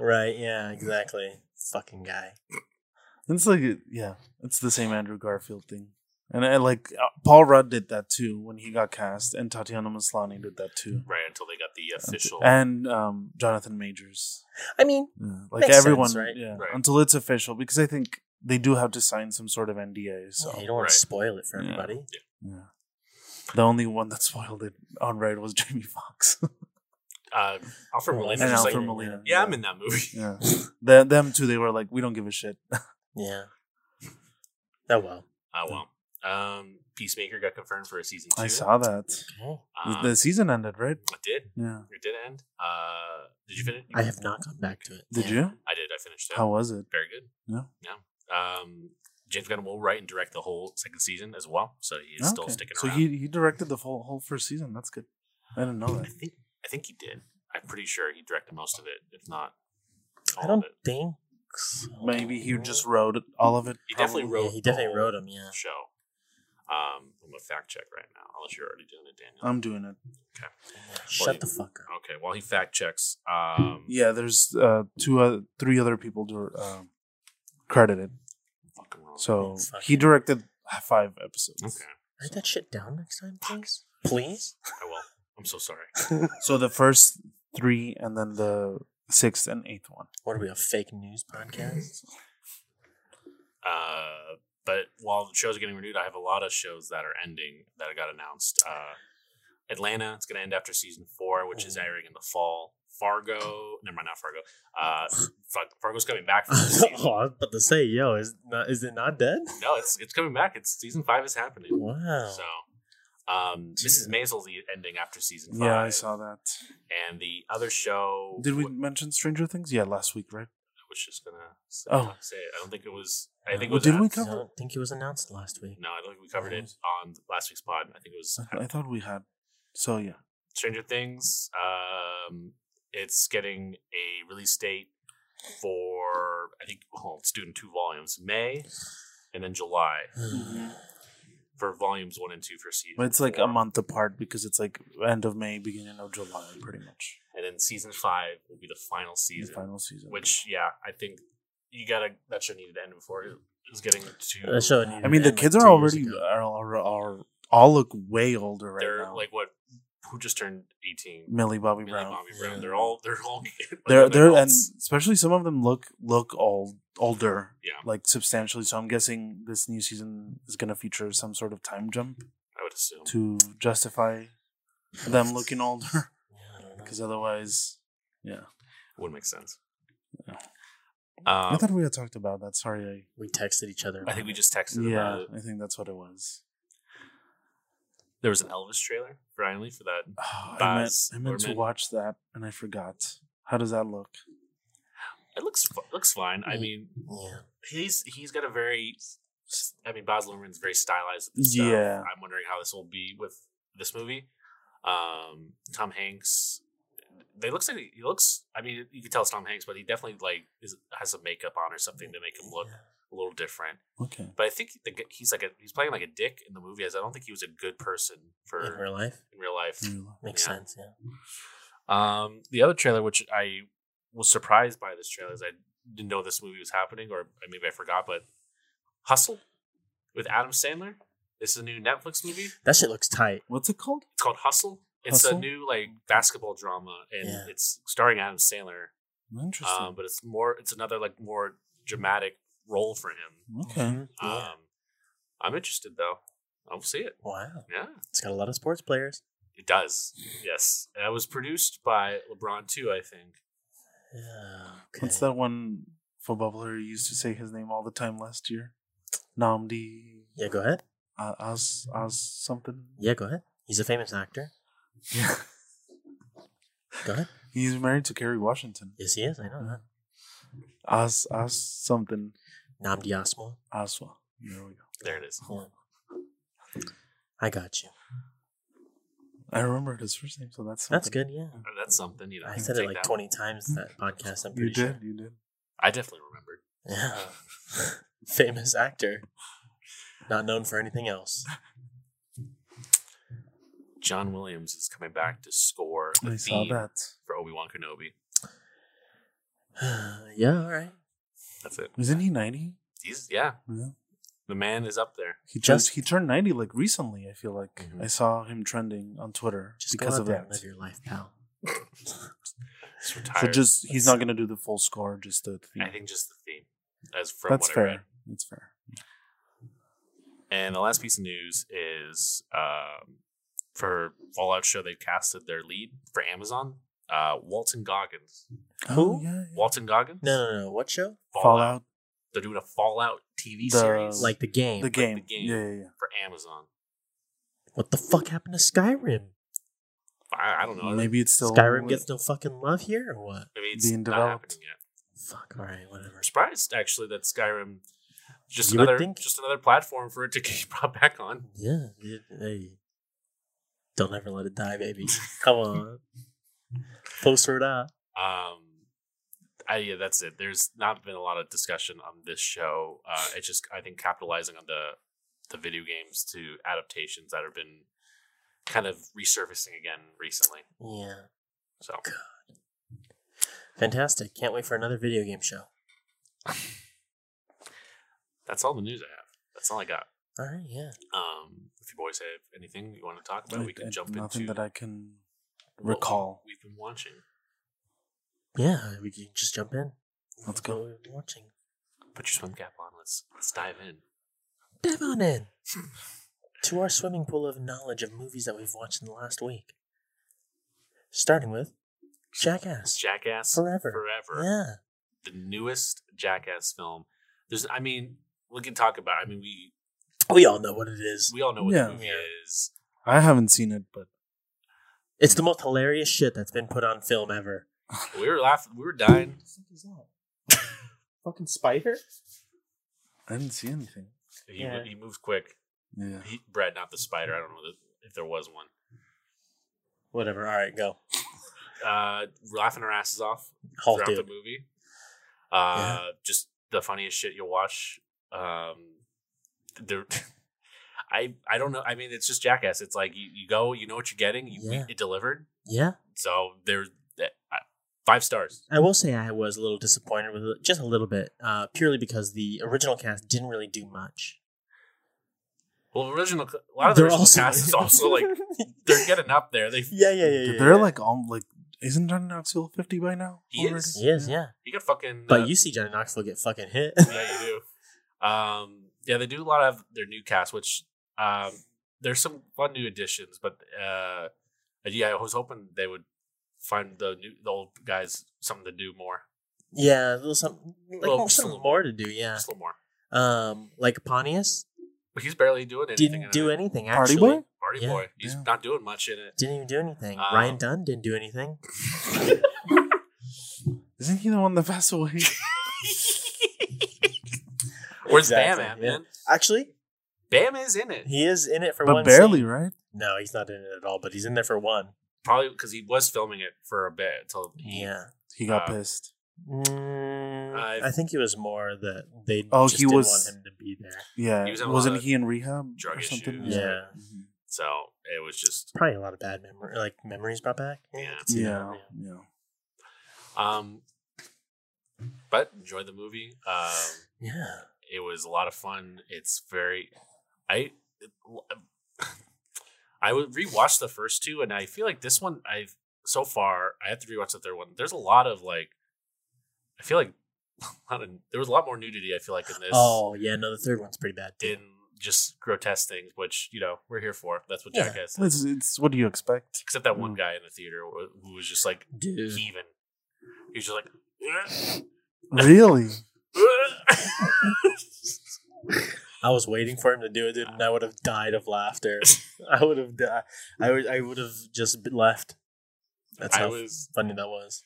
Speaker 4: Right, yeah, exactly. Fucking guy.
Speaker 5: It's like yeah, it's the same Andrew Garfield thing. And I, like uh, Paul Rudd did that too when he got cast, and Tatiana Maslany did that too,
Speaker 3: Right until they got the official.
Speaker 5: and um, Jonathan Majors.
Speaker 4: I mean,
Speaker 5: Yeah, Mm, like
Speaker 4: Makes
Speaker 5: everyone,
Speaker 4: sense, right?
Speaker 5: yeah,
Speaker 3: Right.
Speaker 5: until it's official because I think they do have to sign some sort of NDA. So
Speaker 4: yeah, you don't want
Speaker 3: right.
Speaker 4: to spoil it for
Speaker 5: Yeah.
Speaker 4: everybody.
Speaker 5: yeah. the only one that spoiled it on Red was Jamie Foxx.
Speaker 3: uh, Alfred
Speaker 4: Well,
Speaker 3: Molina.
Speaker 5: and
Speaker 3: Just like,
Speaker 5: Alfred
Speaker 4: yeah.
Speaker 5: Molina.
Speaker 3: yeah, I'm in that movie.
Speaker 5: Yeah, the, them too. They were like, we don't give a shit.
Speaker 4: Yeah. Oh well.
Speaker 3: Oh well. Um, Peacemaker got confirmed for a season two.
Speaker 5: I saw that.
Speaker 4: Okay.
Speaker 5: The-
Speaker 3: Um,
Speaker 5: the season ended, right?
Speaker 3: it did.
Speaker 5: Yeah.
Speaker 3: It did end. Uh, did you finish?
Speaker 4: I have not gone back to it.
Speaker 5: Did you?
Speaker 3: I did. I finished it.
Speaker 5: How was it?
Speaker 3: Very good.
Speaker 5: Yeah.
Speaker 3: Yeah. Um, James Gunn will write and direct the whole second season as well, so he's still
Speaker 5: Okay.
Speaker 3: sticking
Speaker 5: so
Speaker 3: around.
Speaker 5: he he directed the whole whole first season. That's good. I didn't know
Speaker 3: I
Speaker 5: that.
Speaker 3: think I think he did. I'm pretty sure he directed most of it, if not all
Speaker 4: I
Speaker 3: of
Speaker 4: don't
Speaker 3: it.
Speaker 4: think so.
Speaker 5: Maybe he just wrote it- all of it.
Speaker 3: He definitely
Speaker 4: Yeah,
Speaker 3: wrote.
Speaker 4: he definitely
Speaker 3: the
Speaker 4: wrote them, yeah.
Speaker 3: Show. Um, I'm gonna fact check right now, unless you're already doing it, Daniel.
Speaker 5: I'm doing it.
Speaker 4: Shut the fuck up.
Speaker 3: okay. While he fact checks, um,
Speaker 5: Yeah, there's uh, two, uh, three other people do, uh, credited.
Speaker 3: fucking wrong.
Speaker 5: So
Speaker 4: Fuck.
Speaker 5: he directed five episodes.
Speaker 3: okay,
Speaker 4: Write that shit down next time, please. Please?
Speaker 3: I will. I'm so sorry.
Speaker 5: So the first three, and then the sixth and eighth one.
Speaker 4: What are we, a fake news podcast?
Speaker 3: Uh, but while the shows are getting renewed, I have a lot of shows that are ending that got announced. Uh, Atlanta, it's going to end after season four, which is
Speaker 5: Oh.
Speaker 4: Ooh.
Speaker 3: airing in the fall. Fargo, never mind, not Fargo. Uh, fuck, Fargo's coming back for this season.
Speaker 4: Oh, I was about to say, yo, is not, is it not dead?
Speaker 3: No, it's it's coming back. It's season five is happening.
Speaker 4: Wow.
Speaker 3: So, um, Mrs. Maisel's the ending after season five.
Speaker 5: Yeah, I saw that.
Speaker 3: And the other show,
Speaker 5: Did we
Speaker 3: wh-
Speaker 5: mention Stranger Things? Yeah, last week, right?
Speaker 3: I was just gonna say,
Speaker 5: Oh.
Speaker 3: say it. I don't think it was. I think it
Speaker 5: Well,
Speaker 3: was.
Speaker 5: did we
Speaker 3: after-
Speaker 4: I
Speaker 5: cover?
Speaker 4: don't think it was announced last week.
Speaker 3: No, I don't think we covered it on last week's pod. I think it was.
Speaker 5: I, I thought we had. So yeah,
Speaker 3: Stranger Things. Um, it's getting a release date for I think well, it's due in two volumes, May and then July
Speaker 4: Hmm.
Speaker 3: for volumes one and two for season.
Speaker 5: but it's like
Speaker 3: four.
Speaker 5: a month apart because it's like end of May, beginning of July, pretty much.
Speaker 3: and then season five will be the final
Speaker 5: The
Speaker 3: season.
Speaker 5: final season.
Speaker 3: Which yeah, I think you gotta that show needed to end before it was getting to.
Speaker 4: That show needed
Speaker 5: I mean,
Speaker 4: to
Speaker 5: the
Speaker 4: end, like,
Speaker 5: kids
Speaker 4: two
Speaker 5: are
Speaker 4: years
Speaker 5: already
Speaker 4: ago.
Speaker 5: are, are, are all look way older right
Speaker 3: they're
Speaker 5: now.
Speaker 3: like what? Who just turned eighteen?
Speaker 5: Millie Bobby
Speaker 3: Millie
Speaker 5: Brown.
Speaker 3: Bobby Brown.
Speaker 4: Yeah.
Speaker 3: They're all they're all like,
Speaker 5: they're they're and
Speaker 3: adults.
Speaker 5: especially some of them look look old older,
Speaker 3: yeah.
Speaker 5: like substantially. So I'm guessing this new season is going to feature some sort of time jump
Speaker 3: I would assume.
Speaker 5: to justify them looking older,
Speaker 4: Yeah, I don't know.
Speaker 5: because otherwise, yeah.
Speaker 3: Would make sense.
Speaker 5: Yeah.
Speaker 3: Um,
Speaker 5: I thought we had talked about that. Sorry,
Speaker 4: We texted each other.
Speaker 3: I think we just
Speaker 5: I
Speaker 3: texted about
Speaker 5: yeah,
Speaker 3: it.
Speaker 5: I think that's what it was.
Speaker 3: There was an Elvis trailer for Lee for that.
Speaker 5: Ah, I meant,
Speaker 3: Baz
Speaker 5: I meant to
Speaker 3: Luhrmann.
Speaker 5: watch that and I forgot. How does that look?
Speaker 3: It looks fu- looks fine. I
Speaker 4: Mm.
Speaker 3: mean,
Speaker 4: Yeah.
Speaker 3: he's he's got a very, I mean, Baz Luhrmann's very stylized. With this stuff.
Speaker 5: Yeah.
Speaker 3: I'm wondering how this will be with this movie. Um, Tom Hanks. They looks like he looks. I mean, you can tell it's Tom Hanks, but he definitely like is, has some makeup on or something to make him look a little different.
Speaker 5: Okay.
Speaker 3: But I think the, g- he's like a he's playing like a dick in the movie, as I don't think he was a good person for
Speaker 4: In real life?
Speaker 3: in real life.
Speaker 4: Makes
Speaker 3: Yeah.
Speaker 4: sense, yeah.
Speaker 3: Um, the other trailer, which I was surprised by this trailer, is I didn't know this movie was happening, or maybe I forgot, but Hustle with Adam Sandler. This is a new Netflix movie. It's
Speaker 4: That shit looks tight.
Speaker 5: What's it called?
Speaker 3: called Hustle. It's
Speaker 5: Hustle?
Speaker 3: a new like basketball drama, and
Speaker 4: Yeah.
Speaker 3: it's starring Adam Sandler.
Speaker 5: Interesting.
Speaker 3: Um, but it's more. It's another like more dramatic role for him.
Speaker 5: okay.
Speaker 4: Yeah.
Speaker 3: Um, I'm interested though. I'll see it.
Speaker 4: Wow.
Speaker 3: Yeah,
Speaker 4: It's got a lot of sports players.
Speaker 3: it does. Yes, and it was produced by LeBron too. I think.
Speaker 4: Yeah. Okay.
Speaker 5: What's that one footballer who used to say his name all the time last year? Namdi
Speaker 4: Yeah, go ahead.
Speaker 5: uh, Oz Oz something.
Speaker 4: Yeah, go ahead. He's a famous actor.
Speaker 5: Yeah.
Speaker 4: Go ahead.
Speaker 5: He's married to Kerry Washington.
Speaker 4: Yes, he is. I
Speaker 5: Uh-huh.
Speaker 4: know that.
Speaker 5: Oz Oz something
Speaker 4: Namdi Asmal.
Speaker 5: Aswa. There we go.
Speaker 3: There it is.
Speaker 4: Yeah. I got you.
Speaker 5: I remembered his first name, so that's something.
Speaker 4: That's good, yeah.
Speaker 3: Uh, That's something, you know.
Speaker 4: I
Speaker 3: can
Speaker 4: said it
Speaker 3: take
Speaker 4: like
Speaker 3: that
Speaker 4: 20 times that podcast, I'm
Speaker 5: Hmm. You
Speaker 4: pretty
Speaker 5: did.
Speaker 4: sure.
Speaker 5: You did.
Speaker 3: I definitely remembered.
Speaker 4: Yeah. famous actor. Not known for anything else.
Speaker 3: John Williams is coming back to score the
Speaker 5: I saw
Speaker 3: theme
Speaker 5: that.
Speaker 3: for Obi Wan Kenobi.
Speaker 4: yeah, all right.
Speaker 3: That's it.
Speaker 5: Isn't he ninety?
Speaker 3: He's yeah,
Speaker 5: Yeah.
Speaker 3: the man is up there.
Speaker 5: He
Speaker 4: Just-
Speaker 5: just he turned ninety like recently. I feel like
Speaker 3: Mhm.
Speaker 5: I saw him trending on Twitter
Speaker 4: Just
Speaker 5: because of that.
Speaker 4: live your life, pal.
Speaker 3: He's
Speaker 5: So
Speaker 3: retired.
Speaker 5: just he's not gonna do the full score. Just the theme.
Speaker 3: I think just the theme, as from
Speaker 5: that's
Speaker 3: what I read.
Speaker 5: fair. That's fair.
Speaker 3: And the last piece of news is um, for Fallout show they casted their lead for Amazon, uh, Walton Goggins.
Speaker 5: Who? Oh, yeah, yeah.
Speaker 3: Walton Goggins.
Speaker 4: No, no, no. What show?
Speaker 5: Fallout
Speaker 3: They're doing a Fallout TV
Speaker 5: The-
Speaker 3: series
Speaker 4: Like the game.
Speaker 5: the game.
Speaker 3: game.
Speaker 5: Yeah, yeah, yeah.
Speaker 3: for Amazon.
Speaker 4: what the fuck happened to Skyrim?
Speaker 3: I, I don't know.
Speaker 5: Maybe it's still
Speaker 4: Skyrim gets no fucking love here or what?
Speaker 3: Maybe it's
Speaker 5: being
Speaker 3: not
Speaker 5: developed.
Speaker 3: happening yet.
Speaker 4: Fuck. All right, whatever.
Speaker 3: I'm surprised actually that Skyrim just
Speaker 4: You would
Speaker 3: another
Speaker 4: think.
Speaker 3: just another platform for it to get brought back on.
Speaker 4: Yeah. it- hey. Don't ever let it die, baby. Come on. Post or not.
Speaker 3: Um, I, yeah, that's it. There's not been a lot of discussion on this show. Uh, it's just I think capitalizing on the the video games to adaptations that have been kind of resurfacing again recently.
Speaker 4: Yeah.
Speaker 3: So
Speaker 4: Fantastic. Can't wait for another video game show.
Speaker 3: that's all the news I have. That's all I got.
Speaker 4: All right, yeah.
Speaker 3: Um, if you boys have anything you want to talk about,
Speaker 5: I-
Speaker 3: we can
Speaker 5: I-
Speaker 3: jump
Speaker 5: nothing
Speaker 3: into
Speaker 5: that I can
Speaker 3: what we-
Speaker 5: recall.
Speaker 3: We've been watching,
Speaker 4: Yeah, we can just jump in.
Speaker 5: Let's
Speaker 4: What
Speaker 5: go.
Speaker 4: we're watching.
Speaker 3: put your swim cap on. Let's let's dive in.
Speaker 4: Dive on in to our swimming pool of knowledge of movies that we've watched in the last week. Starting with Jackass.
Speaker 3: Jackass
Speaker 4: Forever.
Speaker 3: Forever.
Speaker 4: Yeah.
Speaker 3: the newest Jackass film. There's, I mean, we can talk about. it. I mean, we
Speaker 4: We all know what it is.
Speaker 3: we all know what
Speaker 5: Yeah.
Speaker 3: the movie is.
Speaker 5: I haven't seen it, but
Speaker 4: It's the most hilarious shit that's been put on film ever.
Speaker 3: We were laughing. We were dying.
Speaker 4: is that? Fucking spider?
Speaker 5: I didn't see anything.
Speaker 3: He,
Speaker 4: Yeah.
Speaker 3: he moved quick.
Speaker 5: Yeah.
Speaker 3: He, Brad, not the spider. I don't know if there was one.
Speaker 4: Whatever. All right, go.
Speaker 3: Uh, laughing our asses off
Speaker 4: Hulk
Speaker 3: throughout
Speaker 4: dude.
Speaker 3: the movie. Uh, just the funniest shit you'll watch. Um, there. I, I don't know. I mean, it's just jackass. It's like you, you go, you know what you're getting. You,
Speaker 4: Yeah.
Speaker 3: It delivered.
Speaker 4: Yeah.
Speaker 3: So there's that- I- five stars.
Speaker 4: I will say I was a little disappointed with it, just a little bit, uh, purely because the original cast didn't really do much.
Speaker 3: Well, original a lot of the
Speaker 4: They're
Speaker 3: original
Speaker 4: also-
Speaker 3: cast is also like they're getting up there. They
Speaker 4: yeah, yeah, yeah. yeah,
Speaker 5: They're
Speaker 4: yeah.
Speaker 5: like um like isn't Johnny Knoxville fifty by now?
Speaker 3: He is.
Speaker 4: he is, yeah.
Speaker 3: you got fucking. uh,
Speaker 4: But you see Johnny Knoxville get fucking hit.
Speaker 3: yeah, you do. Um, yeah, they do a lot of their new cast, which um, there's some fun new additions. But uh, yeah, I was hoping they would find the new the old guys something to do more,
Speaker 4: yeah, a little something, like oh,
Speaker 3: Well, just a
Speaker 4: something
Speaker 3: little-
Speaker 4: more to do. Yeah,
Speaker 3: just a little more.
Speaker 4: um, like Pontius
Speaker 3: But he's barely doing anything. in
Speaker 4: didn't
Speaker 3: it.
Speaker 4: do anything.
Speaker 5: Party
Speaker 4: Actually,
Speaker 5: boy?
Speaker 3: Party
Speaker 4: Yeah,
Speaker 3: boy, he's
Speaker 5: yeah.
Speaker 3: not doing much in it.
Speaker 4: didn't even do anything.
Speaker 3: Um,
Speaker 4: Ryan Dunn didn't do anything.
Speaker 5: Isn't he the one that passed away?
Speaker 3: Where's
Speaker 4: Exactly,
Speaker 3: Bam at,
Speaker 4: yeah.
Speaker 3: man?
Speaker 4: Actually,
Speaker 3: Bam is in it.
Speaker 4: he is in it for
Speaker 5: but
Speaker 4: one.
Speaker 5: barely,
Speaker 4: scene.
Speaker 5: right?
Speaker 4: No, he's not in it at all. But he's in there for one.
Speaker 3: Probably because he was filming it for a bit until he
Speaker 4: Yeah.
Speaker 5: He got
Speaker 3: Uh,
Speaker 5: pissed.
Speaker 4: Mm,
Speaker 3: I've-
Speaker 4: I think it was more that they
Speaker 5: Oh,
Speaker 4: just
Speaker 5: he
Speaker 4: didn't
Speaker 5: was-
Speaker 4: want him to be there.
Speaker 5: Yeah.
Speaker 3: he was in a lot
Speaker 5: Wasn't
Speaker 3: of
Speaker 5: he in rehab
Speaker 3: drug
Speaker 5: or something?
Speaker 3: issues.
Speaker 4: Yeah.
Speaker 5: Mhm.
Speaker 3: So it was just
Speaker 4: probably a lot of bad memory, like memories brought back.
Speaker 3: Yeah.
Speaker 4: I could see
Speaker 5: Yeah.
Speaker 4: that,
Speaker 5: Yeah.
Speaker 3: um but enjoy the movie. Um
Speaker 4: yeah. Yeah.
Speaker 3: it was a lot of fun. It's very I I would rewatch the first two and I feel like this one I've so far I have to rewatch the third one. There's a lot of like I feel like a lot of, there was a lot more nudity I feel like in this
Speaker 4: Oh yeah, no, the third one's pretty bad. Too.
Speaker 3: in just grotesque things, which you know, we're here for. That's what
Speaker 4: Yeah.
Speaker 3: Jackass is.
Speaker 5: It's, it's what do you expect?
Speaker 3: Except that one
Speaker 5: Mm.
Speaker 3: guy in the theater who who was just like
Speaker 4: Dude,
Speaker 3: heaving. He was just like
Speaker 5: Really?
Speaker 4: I was waiting for him to do it, dude, and I would have died of laughter. I would have died. I would. I would have just been left. That's
Speaker 3: I
Speaker 4: how
Speaker 3: was
Speaker 4: funny that was.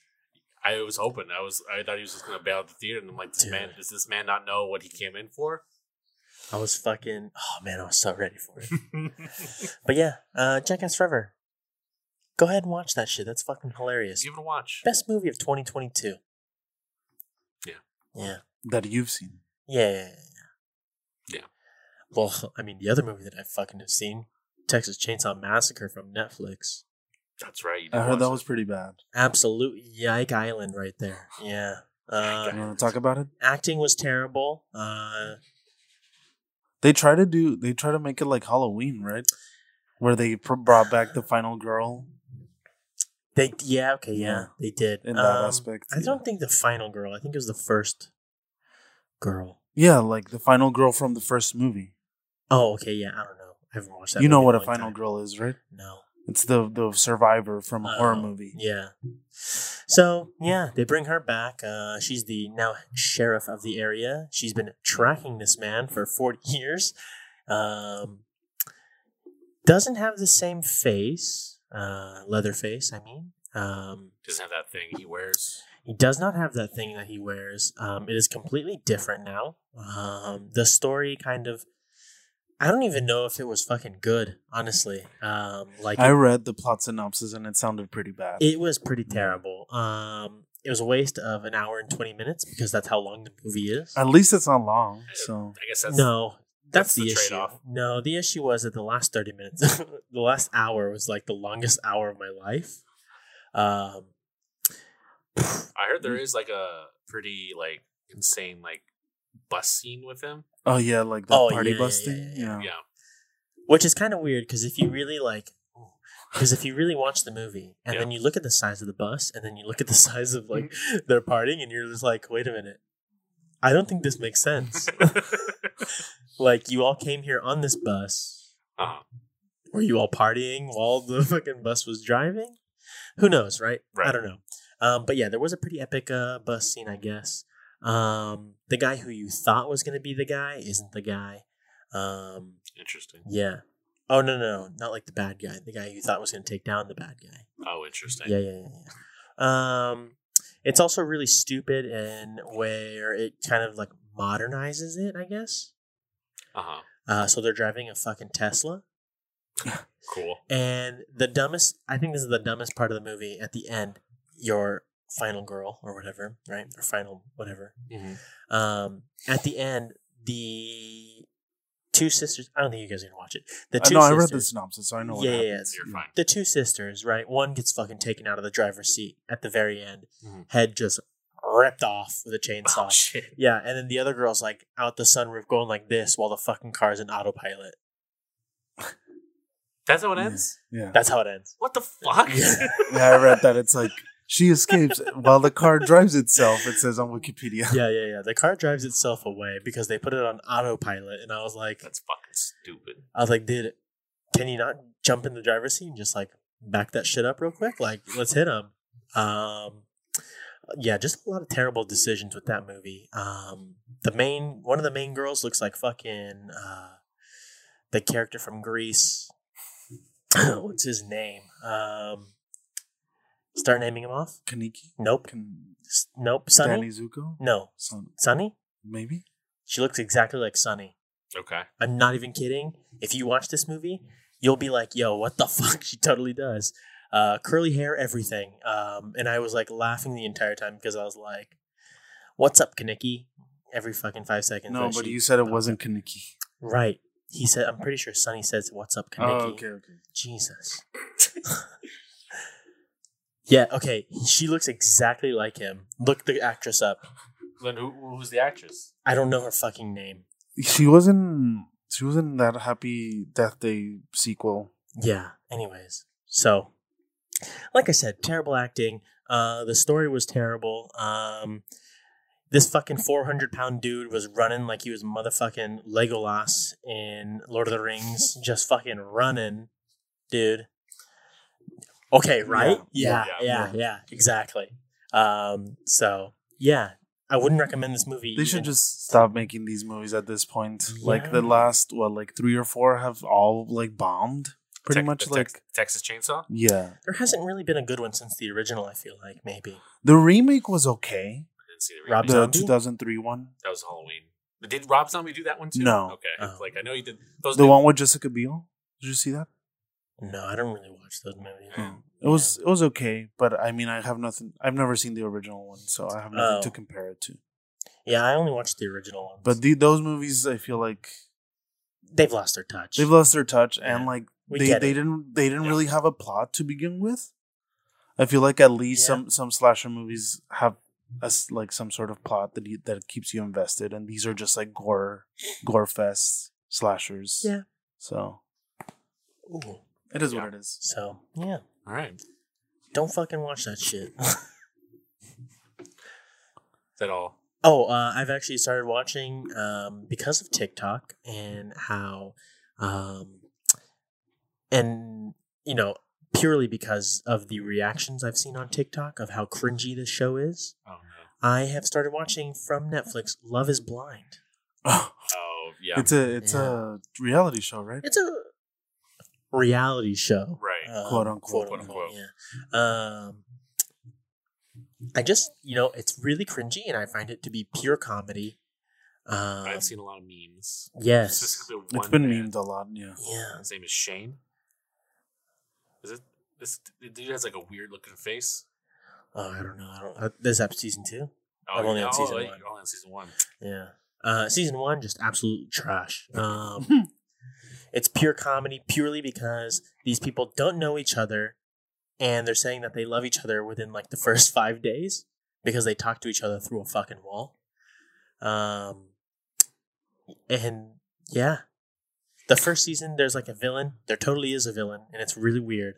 Speaker 3: I was hoping I was I thought he was just gonna bail out the theater and I'm like this
Speaker 4: Dude.
Speaker 3: man does this man not know what he came in for?
Speaker 4: I was fucking. Oh man, I was so ready for it. but yeah, uh, Jackass Forever. Go ahead and watch that shit. That's fucking hilarious.
Speaker 3: Give it a watch.
Speaker 4: Best movie of 2022.
Speaker 3: Yeah.
Speaker 4: Yeah.
Speaker 5: that you've seen.
Speaker 4: Yeah, yeah, yeah.
Speaker 3: Yeah.
Speaker 4: Well, I mean, the other movie that I fucking have seen Texas Chainsaw Massacre from Netflix.
Speaker 3: That's right. you
Speaker 5: I
Speaker 3: did
Speaker 5: heard that
Speaker 3: watch
Speaker 5: was pretty bad.
Speaker 4: Absolute yike island right there. Yeah.
Speaker 5: You
Speaker 4: Um,
Speaker 5: want to talk about it?
Speaker 4: acting was terrible. Uh,
Speaker 5: They try to do. They try to make it like Halloween, right? Where they pr- brought back the final girl
Speaker 4: they yeah okay yeah,
Speaker 5: Yeah.
Speaker 4: they did.
Speaker 5: in that
Speaker 4: Um,
Speaker 5: aspect.
Speaker 4: I don't think the final girl. I think it was the first girl.
Speaker 5: Yeah, like the final girl from the first movie.
Speaker 4: Oh okay yeah I don't know. I haven't watched that.
Speaker 5: you know
Speaker 4: movie in
Speaker 5: what a
Speaker 4: long
Speaker 5: final
Speaker 4: time.
Speaker 5: girl is, right?
Speaker 4: No.
Speaker 5: It's the the survivor from a horror
Speaker 4: Oh,
Speaker 5: movie.
Speaker 4: Yeah. So yeah, they bring her back. Uh, she's the now sheriff of the area. She's been tracking this man for forty years. Um, doesn't have the same face, uh, leather face. I mean, um,
Speaker 3: Doesn't have that thing he wears.
Speaker 4: he does not have that thing that he wears. Um, it is completely different now. Um, the story kind of. I don't even know if it was fucking good, honestly. Um, like
Speaker 5: I read the plot synopsis and it sounded pretty bad.
Speaker 4: It was pretty terrible. Um, it was a waste of an hour and twenty minutes because that's how long the movie is.
Speaker 5: At least it's not long, so
Speaker 3: I guess that's
Speaker 4: no, that's,
Speaker 3: that's
Speaker 4: the,
Speaker 3: the
Speaker 4: issue.
Speaker 3: trade-off.
Speaker 4: No, the issue was that the last thirty minutes, the last hour was like the longest hour of my life. Um,
Speaker 3: I heard
Speaker 4: Mm.
Speaker 3: there is like a pretty like insane like bus scene with him.
Speaker 5: oh yeah, like the
Speaker 4: Oh,
Speaker 5: party
Speaker 4: yeah,
Speaker 5: bus
Speaker 4: yeah,
Speaker 5: thing.
Speaker 4: yeah,
Speaker 5: Yeah,
Speaker 3: Yeah.
Speaker 4: which is kind of weird because if you really like, because if you really watch the movie and
Speaker 3: Yeah. Mm-hmm.
Speaker 4: then you look at the size of the bus and then you look at the size of like their partying and you're just like, wait a minute, I don't think this makes sense. like you all came here on this bus.
Speaker 3: uh-huh.
Speaker 4: Were you all partying while the fucking bus was driving? Who knows, right? I
Speaker 3: Right.
Speaker 4: don't know. Um, but yeah, there was a pretty epic uh, bus scene, I guess. Um, the guy who you thought was going to be the guy isn't the guy. Um,
Speaker 3: Interesting.
Speaker 4: yeah. Oh no, no, no, not like the bad guy. The guy you thought was going to take down the bad guy.
Speaker 3: Oh, interesting.
Speaker 4: Yeah, yeah, yeah, yeah. Um, it's also really stupid in where it kind of like modernizes it, I guess.
Speaker 3: Uh huh.
Speaker 4: Uh, so they're driving a fucking Tesla.
Speaker 3: Cool.
Speaker 4: And the dumbest, I think this is the dumbest part of the movie at the end, your final girl or whatever, right? Or final whatever.
Speaker 5: Mm-hmm.
Speaker 4: Um, at the end, the two sisters, I don't think you guys are going to watch it. The
Speaker 5: Uh,
Speaker 4: two
Speaker 5: no, I
Speaker 4: sisters,
Speaker 5: read the synopsis, so I know what
Speaker 4: Yeah, yeah, yeah.
Speaker 5: happens.
Speaker 3: You're fine.
Speaker 4: The two sisters, right? One gets fucking taken out of the driver's seat at the very end,
Speaker 3: Mhm.
Speaker 4: head just ripped off with a
Speaker 3: Oh
Speaker 4: chainsaw.
Speaker 3: shit.
Speaker 4: yeah, and then the other girl's like out the sunroof going like this while the fucking car's in autopilot.
Speaker 3: That's how it ends.
Speaker 5: Yeah.
Speaker 4: That's how it ends.
Speaker 3: What the fuck?
Speaker 4: Yeah.
Speaker 5: yeah, I read that. It's like she escapes while the car drives itself. It says on Wikipedia.
Speaker 4: yeah, yeah, yeah. The car drives itself away because they put it on autopilot, and I was like,
Speaker 3: That's fucking stupid.
Speaker 4: I was like, dude, can you not jump in the driver's seat and just like back that shit up real quick? Like, let's hit him. Um, yeah, just a lot of terrible decisions with that movie. Um, the main one of the main girls looks like fucking uh, the character from Greece. What's his name? Um, start naming him off.
Speaker 5: Kaneki,
Speaker 4: Nope.
Speaker 5: Can
Speaker 4: S- Nope. Sunny.
Speaker 5: Danny Zuko,
Speaker 4: No.
Speaker 5: Son,
Speaker 4: Sunny.
Speaker 5: maybe.
Speaker 4: She looks exactly like Sunny.
Speaker 3: Okay.
Speaker 4: I'm not even kidding. If you watch this movie, you'll be like, yo, what the fuck? She totally does. Uh, curly hair, everything. Um, and I was like laughing the entire time because I was like, what's up, Kaneki? Every fucking five seconds.
Speaker 5: No,
Speaker 4: that
Speaker 5: but
Speaker 4: she- uh,
Speaker 5: you said it wasn't Kaneki.
Speaker 4: Right. He said, I'm pretty sure Sonny says, what's up, Kaneki?
Speaker 5: Oh, okay.
Speaker 4: Jesus. yeah, okay. She looks exactly like him. Look the actress up.
Speaker 3: Then who who's the actress?
Speaker 4: I don't know her fucking name.
Speaker 5: She wasn't. She wasn't that happy Death Day sequel.
Speaker 4: yeah anyways so like i said terrible acting uh the story was terrible um this fucking 400 pound dude was running like he was motherfucking legolas in lord of the rings just fucking running dude okay right yeah yeah
Speaker 5: Yeah,
Speaker 4: yeah,
Speaker 5: yeah,
Speaker 4: exactly um so yeah i wouldn't recommend this movie
Speaker 5: They should
Speaker 4: even-
Speaker 5: just stop making these movies at this point. Like the
Speaker 4: Yeah.
Speaker 5: last, what, like three or four have all like bombed. Pretty
Speaker 3: Tex-
Speaker 5: much
Speaker 3: the
Speaker 5: like
Speaker 3: Tex- Texas Chainsaw.
Speaker 5: yeah.
Speaker 4: there hasn't really been a good one since the original i feel like maybe
Speaker 5: The remake was okay.
Speaker 3: I didn't see the
Speaker 4: Rob
Speaker 3: remake.
Speaker 5: The
Speaker 4: Zombie?
Speaker 5: two thousand three one,
Speaker 3: That was Halloween. But Did Rob Zombie do that one too?
Speaker 5: No.
Speaker 3: Okay.
Speaker 4: Oh.
Speaker 3: Like I know you did. Those
Speaker 5: the
Speaker 3: did-
Speaker 5: one with Jessica Biel. Did you see that?
Speaker 4: no i don't really watch those movies
Speaker 5: Mm. It was it was okay, but I mean, I have nothing. I've never seen the original one, so I have nothing
Speaker 4: Oh.
Speaker 5: to compare it to.
Speaker 4: Yeah, I only watched the original ones.
Speaker 5: But the, those movies, I feel like
Speaker 4: they've lost their touch.
Speaker 5: they've lost their touch,
Speaker 4: Yeah.
Speaker 5: and like
Speaker 4: We
Speaker 5: they
Speaker 4: get
Speaker 5: they
Speaker 4: it.
Speaker 5: didn't they didn't
Speaker 3: Yeah.
Speaker 5: really have a plot to begin with. I feel like at least
Speaker 4: Yeah.
Speaker 5: some some slasher movies have a s like some sort of plot that you, that keeps you invested, and these are just like gore gore fest slashers.
Speaker 4: Yeah.
Speaker 5: So
Speaker 4: Ooh.
Speaker 5: it is
Speaker 3: Yeah.
Speaker 5: what it is.
Speaker 4: So yeah,
Speaker 3: All right. Is
Speaker 4: don't fucking watch that shit.
Speaker 3: that all?
Speaker 4: Oh, uh, I've actually started watching um, because of TikTok and how, um, and you know, purely because of the reactions I've seen on TikTok of how cringy this show is.
Speaker 3: Oh no.
Speaker 4: I have started watching from Netflix Love Is Blind.
Speaker 3: Oh yeah.
Speaker 5: It's a it's a reality show, right?
Speaker 4: It's a reality show,
Speaker 3: right.
Speaker 4: um,
Speaker 5: Quote, unquote,
Speaker 3: quote, unquote.
Speaker 4: Yeah. Um, I just you know it's really cringy, and I find it to be pure comedy. Um,
Speaker 3: I've seen a lot of memes.
Speaker 4: yes.
Speaker 3: Specifically one
Speaker 5: It's been
Speaker 3: man.
Speaker 5: memed a lot. Yeah.
Speaker 4: Yeah.
Speaker 3: His name is Shane. Is it this the dude has like a weird looking face?
Speaker 4: Oh, I don't know. I don't. Uh, this episode season two.
Speaker 3: Oh,
Speaker 4: I'm only on
Speaker 3: oh,
Speaker 4: season
Speaker 3: oh,
Speaker 4: one.
Speaker 3: You're only on season one.
Speaker 4: Yeah. Uh, season one, just absolute trash. Um, it's pure comedy, purely because these people don't know each other, and they're saying that they love each other within like the first five days because they talk to each other through a fucking wall. Um, and yeah, the first season there's like a villain. There totally is a villain, and it's really weird.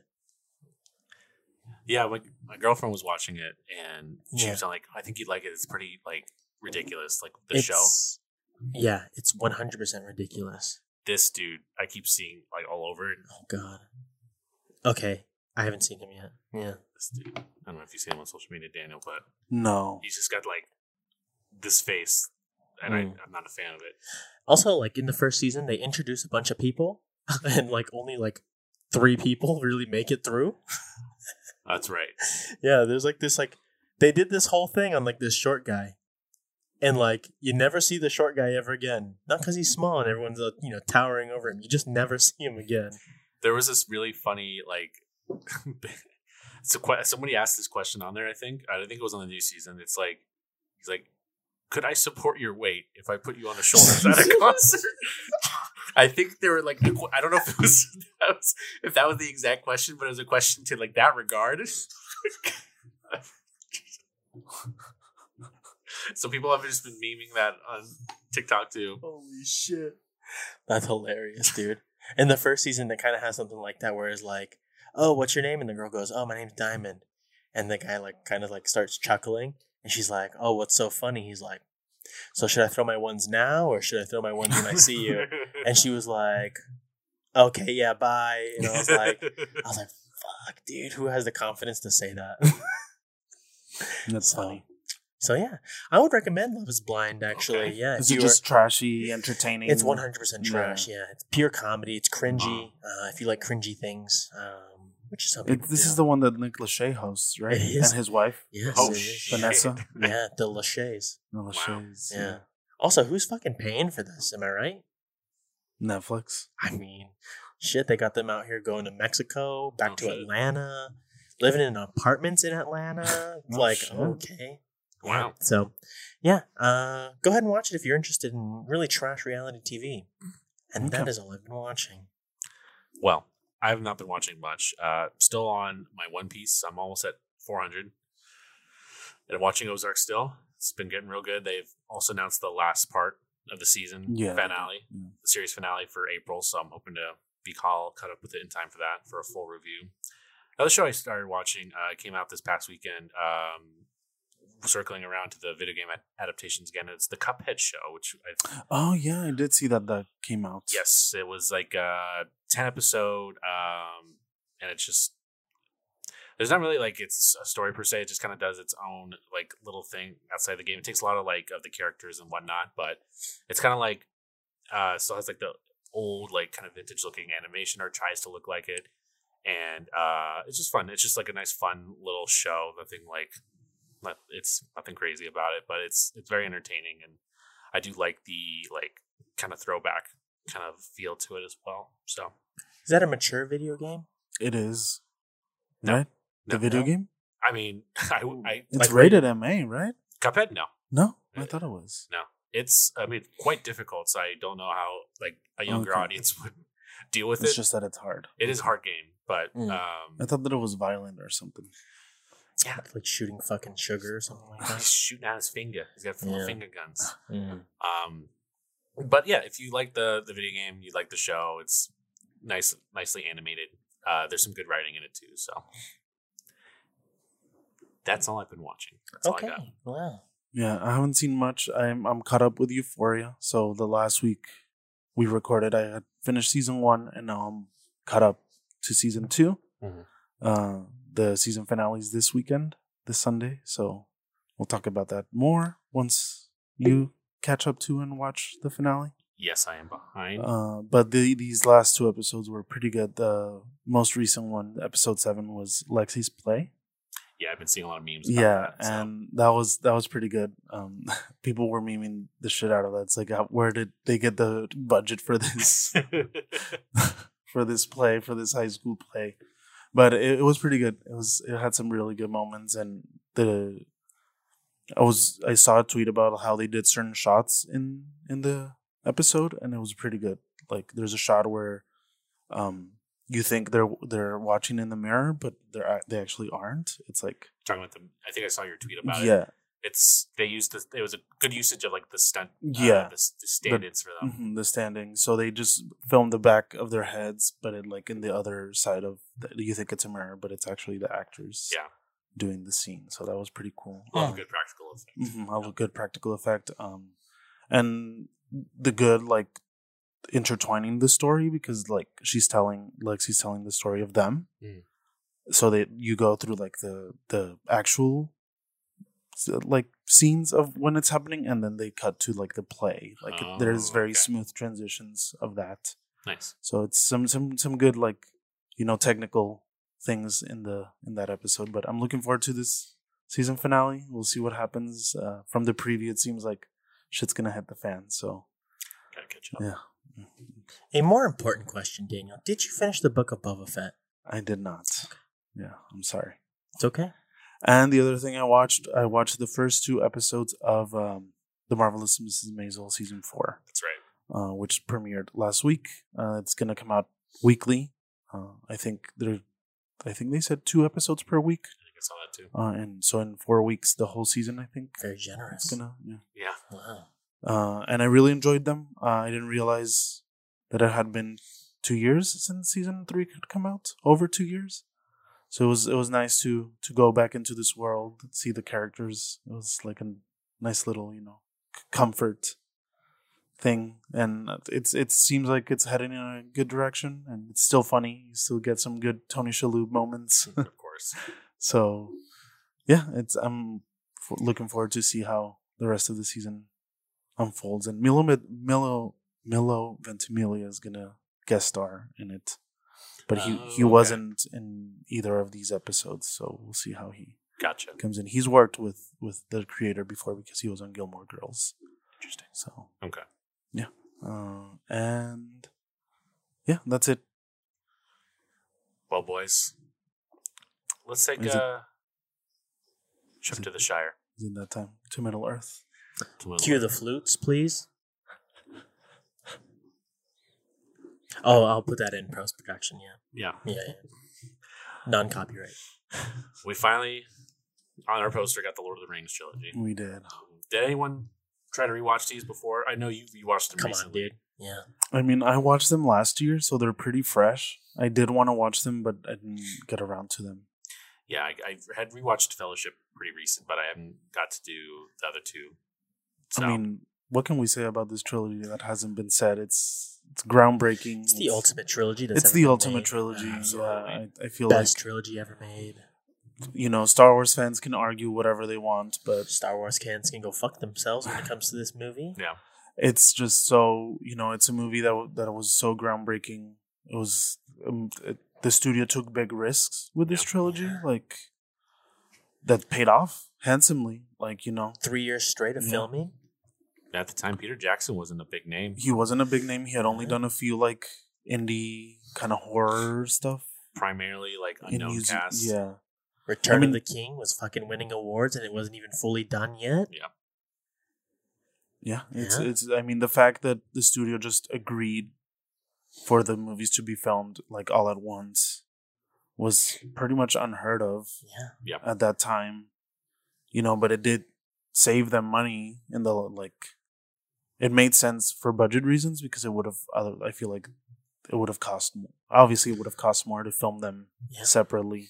Speaker 3: Yeah, my, my girlfriend was watching it and she
Speaker 4: Yeah.
Speaker 3: was like, I think you'd like it. It's pretty like ridiculous. Like the
Speaker 4: it's,
Speaker 3: show.
Speaker 4: Yeah, it's one hundred percent ridiculous.
Speaker 3: This dude I keep seeing like all over it.
Speaker 4: Oh God. Okay, I haven't seen him yet. Yeah.
Speaker 3: This dude. I don't know if you see him on social media, Daniel, but
Speaker 5: No.
Speaker 3: he's just got like this face. And I,
Speaker 4: Mm.
Speaker 3: I'm not a fan of it.
Speaker 4: Also, like in the first season, they introduce a bunch of people, and like only like three people really make it through.
Speaker 3: That's right.
Speaker 4: Yeah, there's like this like they did this whole thing on like this short guy, and like you never see the short guy ever again. Not because he's small and everyone's uh, you know towering over him. You just never see him again.
Speaker 3: there was this really funny like so que- somebody asked this question on there i think i think it was on the new season it's like he's like could i support your weight if i put you on the shoulders at a concert i think they were like the que- i don't know if it was, that was if that was the exact question but it was a question to like that regard so people have just been memeing that on tiktok too
Speaker 4: Holy shit. That's hilarious, dude. In the first season, they kind of has something like that where it's like, oh, what's your name? And the girl goes, oh, my name's Diamond. And the guy like kind of like starts chuckling. And she's like, oh, what's so funny? He's like, so should I throw my ones now or should I throw my ones when I see you? And she was like, okay, yeah, bye. And I was like, I was like, fuck, dude, who has the confidence to say that?
Speaker 5: That's
Speaker 4: So-
Speaker 5: funny.
Speaker 4: So yeah, I would recommend Love Is Blind. Actually,
Speaker 3: Okay.
Speaker 4: yeah, if
Speaker 5: Is it
Speaker 4: you are-
Speaker 5: just trashy, entertaining?
Speaker 4: It's one hundred percent
Speaker 5: Yeah.
Speaker 4: trash. Yeah, it's pure comedy. It's cringy. Uh, if you like cringy things, um, which is something.
Speaker 5: It, this is the one that Nick Lachey hosts, right?
Speaker 4: It is.
Speaker 5: And his wife,
Speaker 4: yes,
Speaker 3: oh
Speaker 4: it is.
Speaker 3: shit.
Speaker 5: Vanessa.
Speaker 4: Yeah, the Lachey's.
Speaker 5: No, Lachey's.
Speaker 4: Yeah. Also, who's fucking paying for this? Am I right?
Speaker 5: Netflix.
Speaker 4: I mean, shit, they got them out here going to Mexico, back
Speaker 3: Oh,
Speaker 4: to
Speaker 3: shit.
Speaker 4: Atlanta, living in apartments in Atlanta.
Speaker 5: Oh,
Speaker 4: like,
Speaker 5: shit.
Speaker 4: okay.
Speaker 3: wow
Speaker 4: So, yeah, uh, go ahead and watch it if you're interested in really trash reality TV. And that
Speaker 5: Okay.
Speaker 4: is all I've been watching.
Speaker 3: Well, I've not been watching much. Uh, still on my One Piece. I'm almost at 400. And I'm watching Ozark still. It's been getting real good. They've also announced the last part of the season
Speaker 5: Yeah.
Speaker 3: finale,
Speaker 5: Yeah.
Speaker 3: the series finale for April. So I'm hoping to be call caught up with it in time for that for a full review. Another show I started watching uh, came out this past weekend. Um, circling around to the video game ad- adaptations again, it's the Cuphead show, which I
Speaker 5: Oh yeah, I did see that that came out.
Speaker 3: Yes, it was like a ten episode, um, and it's just there's not really like it's a story per se. It just kind of does its own like little thing outside the game. It takes a lot of like of the characters and whatnot, but it's kind of like uh, still has like the old like kind of vintage looking animation or tries to look like it, and uh, it's just fun. It's just like a nice fun little show. Nothing like not, it's nothing crazy about it, but it's it's very entertaining and I do like the like kind of throwback kind of feel to it as well. So
Speaker 4: Is that a mature video game?
Speaker 5: it is.
Speaker 3: No.
Speaker 5: Right, the
Speaker 3: no.
Speaker 5: video game.
Speaker 3: I mean, I, I
Speaker 5: It's
Speaker 3: like
Speaker 5: rated MA, right?
Speaker 3: Cuphead. No,
Speaker 5: No,
Speaker 3: Uh,
Speaker 5: I thought it was.
Speaker 3: no, it's I mean quite difficult. So I don't know how like a younger
Speaker 5: Oh, Okay.
Speaker 3: audience would deal with
Speaker 5: It's
Speaker 3: it.
Speaker 5: just that it's hard.
Speaker 3: it is a hard game, but
Speaker 4: Mm.
Speaker 5: I
Speaker 3: um,
Speaker 5: thought that it was violent or something.
Speaker 3: yeah,
Speaker 4: Like shooting fucking sugar or something like that.
Speaker 3: he's shooting out his finger. He's got little
Speaker 4: Yeah.
Speaker 3: finger guns.
Speaker 4: Mm.
Speaker 3: Um, but yeah, if you like the the video game, you like the show. It's nice, nicely animated. Uh, there's some good writing in it too. So that's all I've been watching. That's all I got.
Speaker 4: Okay. Wow.
Speaker 5: Yeah, I haven't seen much. I'm I'm caught up with Euphoria. So the last week we recorded, I had finished season one, and now I'm caught up to season 2
Speaker 3: Mhm.
Speaker 5: Uh, the season finale is this weekend, this Sunday. So we'll talk about that more once you catch up to and watch the finale.
Speaker 3: Yes, I am behind.
Speaker 5: Uh, but the, these last two episodes were pretty good. The most recent one, episode seven, was Lexi's play.
Speaker 3: yeah, I've been seeing a lot of memes. About
Speaker 5: Yeah,
Speaker 3: that, so.
Speaker 5: and that was that was pretty good. Um, people were memeing the shit out of that. It's like, how- where did they get the budget for this for this play for this high school play? But it, it was pretty good. It was it had some really good moments, and the I was I saw a tweet about how they did certain shots in in the episode, and it was pretty good. Like there's a shot where, um, you think they're they're watching in the mirror, but they're a- they actually aren't. It's like
Speaker 3: talking about them, I think I saw your tweet about it.
Speaker 5: yeah.
Speaker 3: It's they used the it was a good usage of like the stunt.
Speaker 5: Yeah.
Speaker 3: uh, the, s- the stand-ins for them.
Speaker 5: Mhm, the standing. So they just film the back of their heads, but it like in the other side of the, you think it's a mirror, but it's actually the actors.
Speaker 3: Yeah.
Speaker 5: Doing the scene, so that was pretty cool.
Speaker 3: Love a good practical effect.
Speaker 5: Mhm, all the good practical effect, um, and the good like intertwining the story because like she's telling Lexi's telling the story of them,
Speaker 3: Mm.
Speaker 5: so that you go through like the the actual s- like scenes of when it's happening, and then they cut to like the play. Like it- there's
Speaker 3: Oh,
Speaker 5: very
Speaker 3: okay.
Speaker 5: smooth transitions of that.
Speaker 3: Nice.
Speaker 5: So it's some some some good like you know technical things in the in that episode. But I'm looking forward to this season finale. We'll see what happens. Uh, from the preview, it seems like shit's gonna hit the fan. So
Speaker 3: Gotta catch up.
Speaker 5: Yeah.
Speaker 4: A more important question, Daniel. Did you finish the book of Boba Fett?
Speaker 5: I did not. Yeah, I'm sorry.
Speaker 4: It's okay.
Speaker 5: And the other thing I watched, I watched the first two episodes of um, the Marvelous Mrs. Maisel season four,
Speaker 3: That's right.
Speaker 5: uh, which premiered last week. Uh, it's gonna come out weekly. Uh, I think there, I think they said two episodes per week.
Speaker 3: I think I saw that too.
Speaker 5: Uh, and so in four weeks, the whole season, I think.
Speaker 4: Very
Speaker 5: It's
Speaker 4: generous.
Speaker 5: gonna, yeah.
Speaker 3: Yeah.
Speaker 4: Wow.
Speaker 5: Uh, and I really enjoyed them. Uh, I didn't realize that it had been two years since season three had come out, over two years. So it was it was nice to to go back into this world, see the characters. It was like a nice little you know c- comfort thing, and it's it seems like it's heading in a good direction, and it's still funny. You still get some good Tony Shalhoub moments.
Speaker 3: of course.
Speaker 5: So, yeah, it's I'm f- looking forward to see how the rest of the season unfolds. And Milo Mid- Milo Milo Ventimiglia is gonna guest star in it, but he
Speaker 3: Oh, okay.
Speaker 5: he wasn't in either of these episodes. So we'll see how he
Speaker 3: Gotcha.
Speaker 5: comes in. He's worked with with the creator before because he was on Gilmore Girls.
Speaker 3: Interesting.
Speaker 5: So
Speaker 3: Okay.
Speaker 5: yeah, uh, and yeah, that's it.
Speaker 3: Well, boys, let's take
Speaker 5: Is it-
Speaker 3: a trip
Speaker 5: is it-
Speaker 3: to the Shire.
Speaker 5: It's in that time to Middle Earth.
Speaker 4: Cue the flutes, please. Oh, I'll put that in post production. Yeah.
Speaker 3: yeah.
Speaker 4: Yeah. yeah. Non copyright.
Speaker 3: We finally, on our poster, got the Lord of the Rings trilogy.
Speaker 5: We did.
Speaker 3: Did anyone try to rewatch these before? I know you, you watched them
Speaker 4: Come on,
Speaker 3: recently.
Speaker 4: dude. Yeah.
Speaker 5: I mean, I watched them last year, so they're pretty fresh. I did want to watch them, but I didn't get around to them.
Speaker 3: Yeah, I, I had rewatched Fellowship pretty recent, but I haven't got to do the other two. So,
Speaker 5: I mean, what can we say about this trilogy that hasn't been said? It's it's groundbreaking.
Speaker 4: It's the ultimate trilogy. That's
Speaker 5: It's
Speaker 4: ever
Speaker 5: the
Speaker 4: been
Speaker 5: ultimate
Speaker 4: made.
Speaker 5: trilogy.
Speaker 4: Uh,
Speaker 5: Yeah, I, I feel
Speaker 4: Best trilogy ever made.
Speaker 5: like you know, Star Wars fans can argue whatever they want, but
Speaker 4: Star Wars fans can go fuck themselves when it comes to this movie.
Speaker 3: yeah,
Speaker 5: it's just so you know, it's a movie that w- that was so groundbreaking. It was um, it, the studio took big risks with this
Speaker 3: Yeah.
Speaker 5: trilogy, like that paid off handsomely. Like you know,
Speaker 4: Three years straight of
Speaker 5: Yeah.
Speaker 4: filming.
Speaker 3: at the time, Peter Jackson wasn't a big name.
Speaker 5: he wasn't a big name. He had only
Speaker 4: Yeah.
Speaker 5: done a few like indie kind of horror stuff.
Speaker 3: Primarily, like,
Speaker 5: in
Speaker 3: unknown
Speaker 5: New Ze-
Speaker 3: cast.
Speaker 5: Yeah.
Speaker 4: Return
Speaker 5: mean-
Speaker 4: of the King was fucking winning awards and it wasn't even fully done yet.
Speaker 5: Yeah. It's
Speaker 4: Yeah.
Speaker 5: it's I mean the fact that the studio just agreed for the movies to be filmed like all at once was pretty much unheard of
Speaker 4: Yeah.
Speaker 5: at that time, you know, but it did save them money in the like it made sense for budget reasons because it would have other I feel like it would have cost more. obviously it would have cost more to film them
Speaker 4: Yeah.
Speaker 5: separately.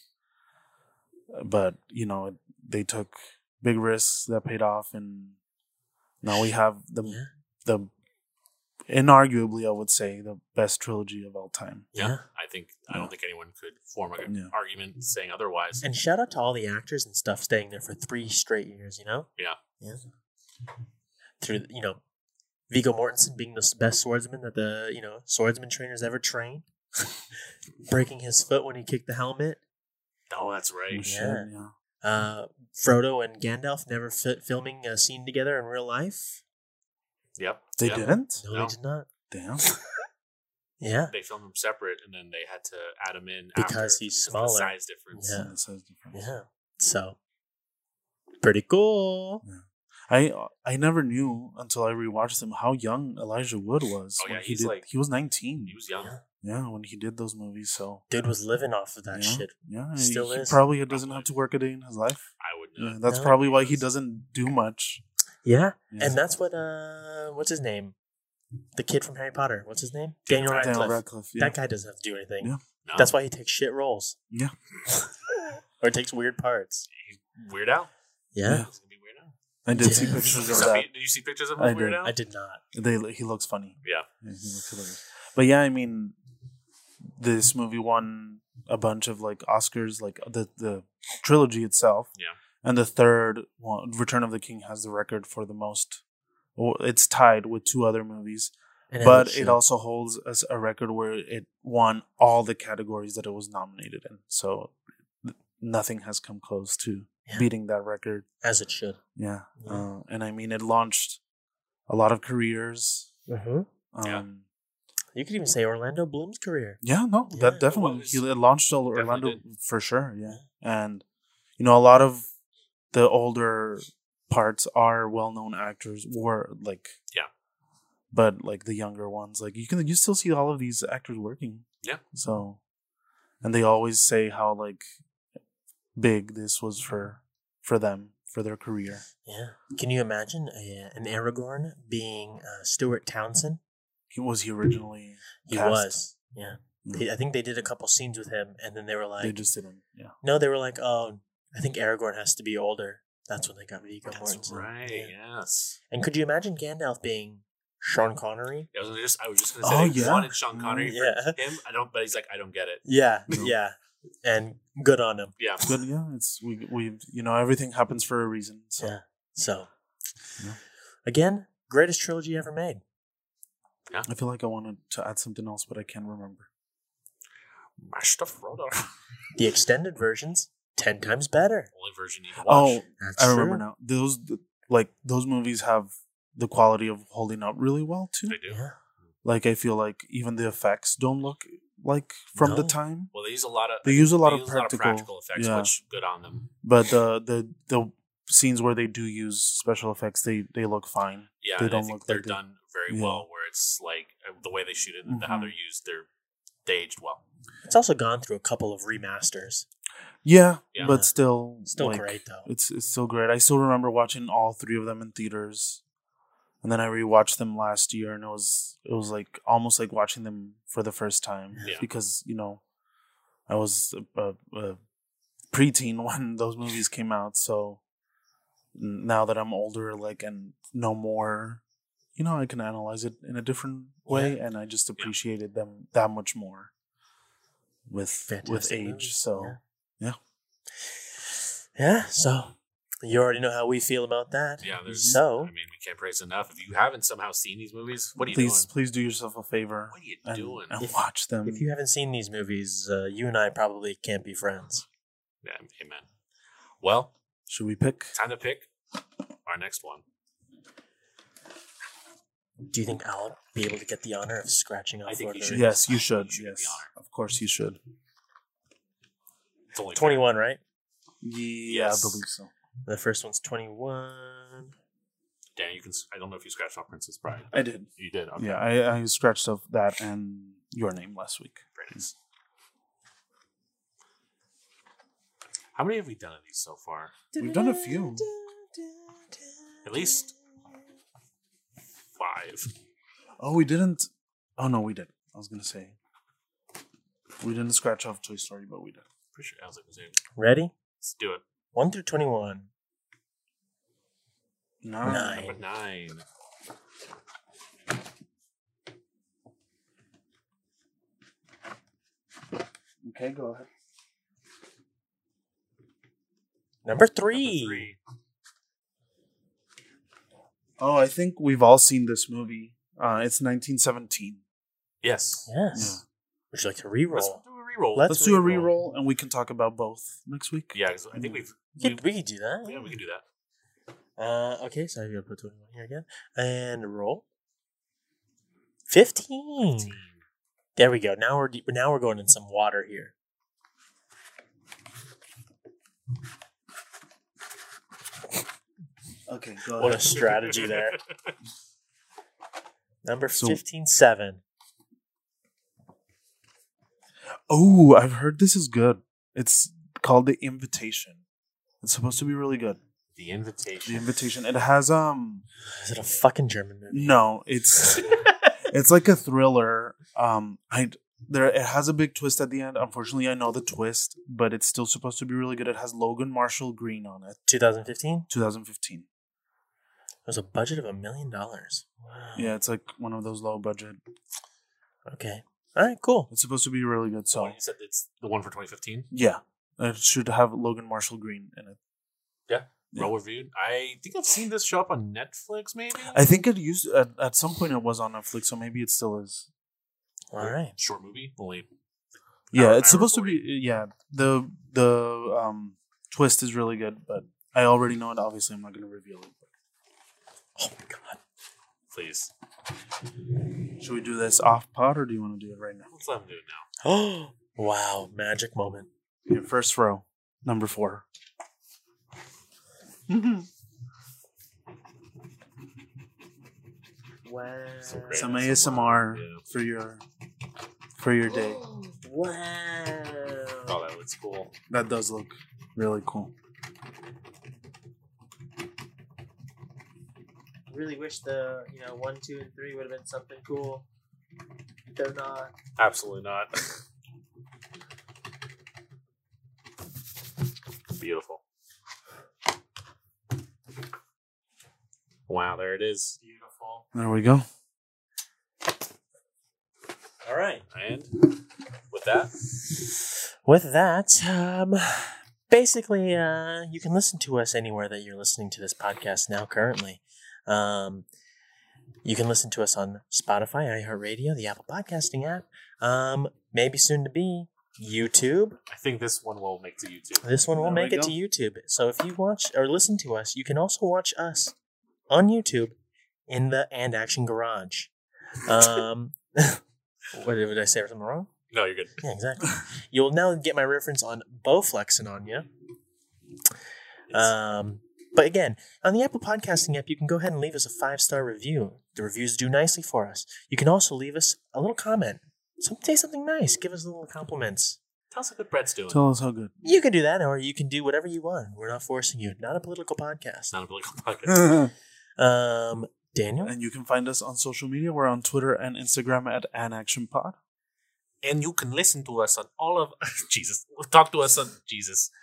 Speaker 5: But, you know, they took big risks that paid off and now we have the
Speaker 4: Yeah.
Speaker 5: the inarguably I would say the best trilogy of all time.
Speaker 3: Yeah.
Speaker 4: Yeah.
Speaker 3: I think I
Speaker 5: Yeah.
Speaker 3: don't think anyone could form an
Speaker 5: Yeah.
Speaker 3: argument saying otherwise.
Speaker 4: And shout out to all the actors and stuff staying there for three straight years, you know?
Speaker 3: Yeah.
Speaker 4: Yeah. Through, you know, Vigo Mortensen being the best swordsman that the, you know, swordsman trainers ever trained, breaking his foot when he kicked the helmet.
Speaker 3: oh, that's right.
Speaker 5: Shit,
Speaker 4: Yeah.
Speaker 5: yeah.
Speaker 4: Uh, Frodo and Gandalf never fi- filming a scene together in real life.
Speaker 3: Yep.
Speaker 5: They
Speaker 3: Yep.
Speaker 5: didn't?
Speaker 4: No,
Speaker 3: No.
Speaker 4: they did not.
Speaker 5: Damn.
Speaker 4: Yeah.
Speaker 3: They filmed them separate, and then they had to add him in
Speaker 4: Because
Speaker 3: after
Speaker 4: he's
Speaker 3: of the
Speaker 4: smaller.
Speaker 3: size difference.
Speaker 4: Yeah.
Speaker 5: That says different.
Speaker 4: Yeah. So, pretty cool.
Speaker 5: I I never knew until I rewatched them how young Elijah Wood was.
Speaker 3: Oh, yeah,
Speaker 5: when he
Speaker 3: he's
Speaker 5: did,
Speaker 3: like-
Speaker 5: he was nineteen.
Speaker 3: He was young.
Speaker 4: Yeah.
Speaker 5: yeah, when he did those movies. So
Speaker 4: Dude was living off of that
Speaker 5: yeah,
Speaker 4: shit.
Speaker 5: Yeah,
Speaker 4: Still
Speaker 5: he
Speaker 4: is.
Speaker 5: probably doesn't have to work a day in his life.
Speaker 3: I would
Speaker 5: Yeah,
Speaker 3: not.
Speaker 5: that's
Speaker 4: No.
Speaker 5: probably why he doesn't do much.
Speaker 4: Yeah.
Speaker 5: Yeah.
Speaker 4: And that's what uh what's his name? The kid from Harry Potter. What's his name? Daniel Radcliffe.
Speaker 5: Daniel Radcliffe. Yeah.
Speaker 4: That guy doesn't have to do anything.
Speaker 5: Yeah.
Speaker 3: No.
Speaker 4: That's why he takes shit roles.
Speaker 5: Yeah.
Speaker 4: or takes weird parts.
Speaker 3: Weird Al.
Speaker 4: Yeah.
Speaker 3: He's gonna be Weird Al.
Speaker 5: I did see
Speaker 4: Yeah.
Speaker 5: pictures of
Speaker 3: Did
Speaker 5: that.
Speaker 3: you- Did you see pictures of
Speaker 5: I
Speaker 3: him Weird
Speaker 5: did.
Speaker 3: Al?
Speaker 4: I did not.
Speaker 5: They he looks funny.
Speaker 3: Yeah.
Speaker 5: Yeah, he looks hilarious. But yeah, I mean, this movie won a bunch of like Oscars, like the the trilogy itself.
Speaker 3: Yeah.
Speaker 5: And the third one, Return of the King, has the record for the most. well, It's tied with two other movies,
Speaker 4: And
Speaker 5: but
Speaker 4: Ellen
Speaker 5: it also holds as a record where it won all the categories that it was nominated in. So th- nothing has come close to
Speaker 4: Yeah.
Speaker 5: beating that record.
Speaker 4: should, as it should.
Speaker 5: Yeah.
Speaker 4: Yeah.
Speaker 5: Uh, and I mean, it launched a lot of careers.
Speaker 4: Mm-hmm.
Speaker 5: Um,
Speaker 3: Yeah.
Speaker 4: You could even say Orlando Bloom's career.
Speaker 5: Yeah, no,
Speaker 4: Yeah,
Speaker 5: that
Speaker 4: it
Speaker 5: definitely
Speaker 3: was.
Speaker 5: he it launched all
Speaker 3: Definitely
Speaker 5: Orlando
Speaker 3: did.
Speaker 5: for sure. Yeah, and you know a lot of the older parts are well-known actors were like
Speaker 3: Yeah.
Speaker 5: but like the younger ones like you can you still see all of these actors working.
Speaker 3: Yeah.
Speaker 5: So, and they always say how like big this was for for them for their career.
Speaker 4: Yeah. Can you imagine a, an Aragorn being uh, Stuart Townsend?
Speaker 5: He was he originally
Speaker 4: He
Speaker 5: Cast.
Speaker 4: was. Yeah.
Speaker 5: Mm.
Speaker 4: They- I think they did a couple scenes with him, and then they were like,
Speaker 5: they just didn't. Yeah.
Speaker 4: No, they were like, oh, I think Aragorn has to be older. That's when they got Viggo
Speaker 3: That's
Speaker 4: Mortensen.
Speaker 3: right.
Speaker 4: Yeah.
Speaker 3: Yes.
Speaker 4: And could you imagine Gandalf being Sean Connery?
Speaker 3: I was gonna just. I was just gonna say.
Speaker 5: Oh,
Speaker 3: I
Speaker 5: yeah.
Speaker 3: wanted Sean Connery. for
Speaker 4: Yeah.
Speaker 3: Him. I don't. But he's like. I don't get it.
Speaker 4: Yeah,
Speaker 5: No.
Speaker 4: yeah. And good on him.
Speaker 3: Yeah.
Speaker 5: But yeah, it's we we you know everything happens for a reason. So
Speaker 4: Yeah. So,
Speaker 5: Yeah.
Speaker 4: again, greatest trilogy ever made.
Speaker 5: I feel like I wanted to add something else, but I can't remember.
Speaker 3: Master Frodo.
Speaker 4: The extended versions, 10 times better.
Speaker 3: Only version you can
Speaker 5: Oh,
Speaker 3: watch.
Speaker 4: That's
Speaker 5: I remember
Speaker 4: true.
Speaker 5: now. Those like those movies have the quality of holding up really well too.
Speaker 3: They do.
Speaker 4: Yeah.
Speaker 5: Like I feel like even the effects don't look like from the
Speaker 4: No.
Speaker 5: time,
Speaker 3: Well, they use a lot of.
Speaker 5: They use a lot of
Speaker 3: use
Speaker 5: practical-
Speaker 3: practical effects,
Speaker 5: yeah.
Speaker 3: which good on them.
Speaker 5: but the the the scenes where they do use special effects, they they look fine.
Speaker 3: Yeah,
Speaker 5: They
Speaker 3: and
Speaker 5: don't
Speaker 3: I think
Speaker 5: look
Speaker 3: they're
Speaker 5: like they-
Speaker 3: done very
Speaker 5: Yeah.
Speaker 3: well. Where it's like uh, the way they shoot it and how
Speaker 5: Mhm.
Speaker 3: they're used, they're they aged well.
Speaker 4: It's also gone through a couple of remasters.
Speaker 5: Yeah,
Speaker 3: Yeah.
Speaker 5: but still,
Speaker 4: Still
Speaker 5: like,
Speaker 4: great, though.
Speaker 5: It's it's still great. I still remember watching all three of them in theaters, and then I rewatched them last year, and it was it was like almost like watching them for the first time
Speaker 3: Yeah.
Speaker 5: because you know I was a, a, a preteen when those movies came out. So n- now that I'm older, like and know more, you know, I can analyze it in a different way, and I just appreciated them that much more with with
Speaker 4: Fantastic
Speaker 5: age.
Speaker 4: movies,
Speaker 5: So.
Speaker 4: Yeah, so you already know how we feel about that.
Speaker 3: Yeah, there's.
Speaker 4: So-
Speaker 3: I mean, we can't praise enough. If you haven't somehow seen these movies, what are you
Speaker 5: please,
Speaker 3: doing?
Speaker 5: please do yourself a favor
Speaker 3: What are you
Speaker 5: and,
Speaker 3: doing?
Speaker 5: and
Speaker 4: If-
Speaker 5: watch them.
Speaker 4: If you haven't seen these movies, uh, you and I probably can't be friends.
Speaker 3: Yeah, amen. Well,
Speaker 5: Should we pick?
Speaker 3: time to pick our next one.
Speaker 4: Do you think I'll be able to get the honor of scratching off
Speaker 3: I think
Speaker 4: Lord
Speaker 3: you
Speaker 4: of the
Speaker 3: should.
Speaker 4: Rings?
Speaker 5: Yes, you
Speaker 3: You
Speaker 5: should.
Speaker 3: should be
Speaker 5: Yes,
Speaker 3: honored.
Speaker 5: of course you should.
Speaker 3: It's only fair.
Speaker 4: 21, right?
Speaker 5: Yeah,
Speaker 3: Yes.
Speaker 5: I believe so.
Speaker 4: The first one's 21.
Speaker 3: Dan, you can. s- I don't know if you scratched off Princess Bride.
Speaker 5: I did.
Speaker 3: You did. Okay.
Speaker 5: Yeah, I, I scratched off that and your name last week.
Speaker 3: Very nice. How many have we done of these so far?
Speaker 5: We've done a few.
Speaker 3: At least five.
Speaker 5: Oh, we didn't. Oh no, we did. I was gonna say we didn't scratch off Toy Story, but we did.
Speaker 3: Pretty sure I was like,
Speaker 4: Ready?
Speaker 3: let's do it.
Speaker 4: One through twenty-one.
Speaker 5: No.
Speaker 4: Nine.
Speaker 3: Number nine.
Speaker 5: Okay, go ahead.
Speaker 4: Number
Speaker 3: Number
Speaker 4: three.
Speaker 3: three.
Speaker 5: Oh, I think we've all seen this movie. Uh, it's 1917.
Speaker 3: Yes.
Speaker 4: Yes. Would you like to
Speaker 3: Let's
Speaker 4: reroll?
Speaker 3: do a reroll.
Speaker 4: Let's
Speaker 5: Let's do a
Speaker 4: re-roll.
Speaker 5: re-roll, and we can talk about both next week.
Speaker 3: Yeah, 'cause I think we've.
Speaker 4: We could, we could do that.
Speaker 3: Yeah, we can do that.
Speaker 4: Uh, okay, so I gotta put twenty-one here again and roll. Fifteen. There we go. Now we're deep, now we're going in some water here.
Speaker 5: Okay, go
Speaker 4: What a strategy there. Number
Speaker 5: So-
Speaker 4: fifteen seven.
Speaker 5: Oh, I've heard this is good. It's called The Invitation. It's supposed to be really good.
Speaker 3: The
Speaker 5: The
Speaker 3: invitation.
Speaker 5: Invitation. It has um
Speaker 4: Is it a fucking German movie?
Speaker 5: no, it's it's like a thriller. Um I there it has a big twist at the end. Unfortunately, I know the twist, but it's still supposed to be really good. It has Logan Marshall Green on it.
Speaker 4: 2015.
Speaker 5: 2015.
Speaker 4: It was a budget of a million dollars. Wow.
Speaker 5: Yeah, it's like one of those low budget.
Speaker 4: Okay. All right. Cool.
Speaker 5: It's supposed to be really good,
Speaker 3: So
Speaker 5: so
Speaker 3: you said it's the one for 2015.
Speaker 5: yeah. It should have Logan Marshall Green in it. Yeah.
Speaker 3: Well reviewed. I think I've seen this show up on Netflix, maybe.
Speaker 5: I think it used at, at some point it was on Netflix, so maybe it still is.
Speaker 4: All right.
Speaker 3: Short movie, only
Speaker 5: Yeah,
Speaker 3: Hour-
Speaker 5: it's
Speaker 3: hour
Speaker 5: supposed to
Speaker 3: 40.
Speaker 5: be. uh, Yeah, the the um twist is really good, but I already know it. Obviously, I'm not going to reveal it.
Speaker 4: Oh my god.
Speaker 3: please.
Speaker 5: Should we do this off pod or do you want to do it right now?
Speaker 3: Let's let him do it now.
Speaker 4: Oh wow. Magic moment.
Speaker 5: Here, first row, number four.
Speaker 4: Wow.
Speaker 3: Some great-
Speaker 5: Some ASMR
Speaker 3: Yeah.
Speaker 5: for your for your day.
Speaker 4: Wow.
Speaker 3: Oh, that looks cool.
Speaker 5: That does look really cool.
Speaker 1: really wish the you know one, two, and three would have been something cool. They're not.
Speaker 3: Absolutely not. Beautiful. Wow, there it is. Beautiful.
Speaker 5: There we go.
Speaker 4: All right.
Speaker 3: And with that,
Speaker 4: With that, um, basically, uh, you can listen to us anywhere that you're listening to this podcast now. Currently, um, you can listen to us on Spotify, iHeartRadio, the Apple Podcasting app, um, maybe soon to be YouTube.
Speaker 3: I think this one will make to YouTube.
Speaker 4: This one will
Speaker 5: There
Speaker 4: make
Speaker 5: we
Speaker 4: it
Speaker 5: go.
Speaker 4: to YouTube. So if you watch or listen to us, you can also watch us on YouTube in the And Action Garage. Um, what did did I say? Something wrong?
Speaker 3: No, you're good.
Speaker 4: Yeah, exactly. You'll now get my reference on Bowflex and on you. Um, but again, on the Apple Podcasting app, you can go ahead and leave us a five star review. The reviews do nicely for us. You can also leave us a little comment. Some say something nice. Give us little compliments.
Speaker 3: Tell us how good Brett's doing.
Speaker 5: Tell us how good.
Speaker 4: You can do that, or you can do whatever you want. We're not forcing you. Not a political podcast.
Speaker 3: it's not a political podcast.
Speaker 5: and
Speaker 4: Um, Daniel,
Speaker 5: you can find us on social media. We're on Twitter and Instagram at AnActionPod.
Speaker 3: and you can listen to us on all of Jesus. Talk to us on Jesus.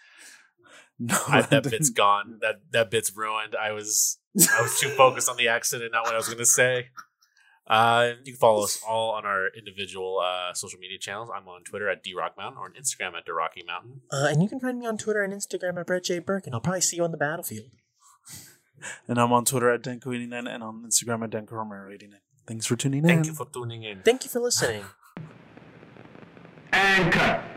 Speaker 5: No,
Speaker 3: I, that bit's gone. That that bit's ruined. I was I was too focused on the accident, not what I was going to say. Uh, you can follow us all on our individual uh, social media channels. I'm on Twitter at DRockMountain or on Instagram at DRocky Mountain.
Speaker 4: uh, and you can find me on Twitter and Instagram at Brett J Burke, and I'll probably see you on the battlefield.
Speaker 5: And I'm on Twitter at Denko89 and on Instagram at DenkoRomero89. Thanks for tuning in.
Speaker 3: Thank you for tuning in.
Speaker 4: Thank you for listening.
Speaker 2: And cut.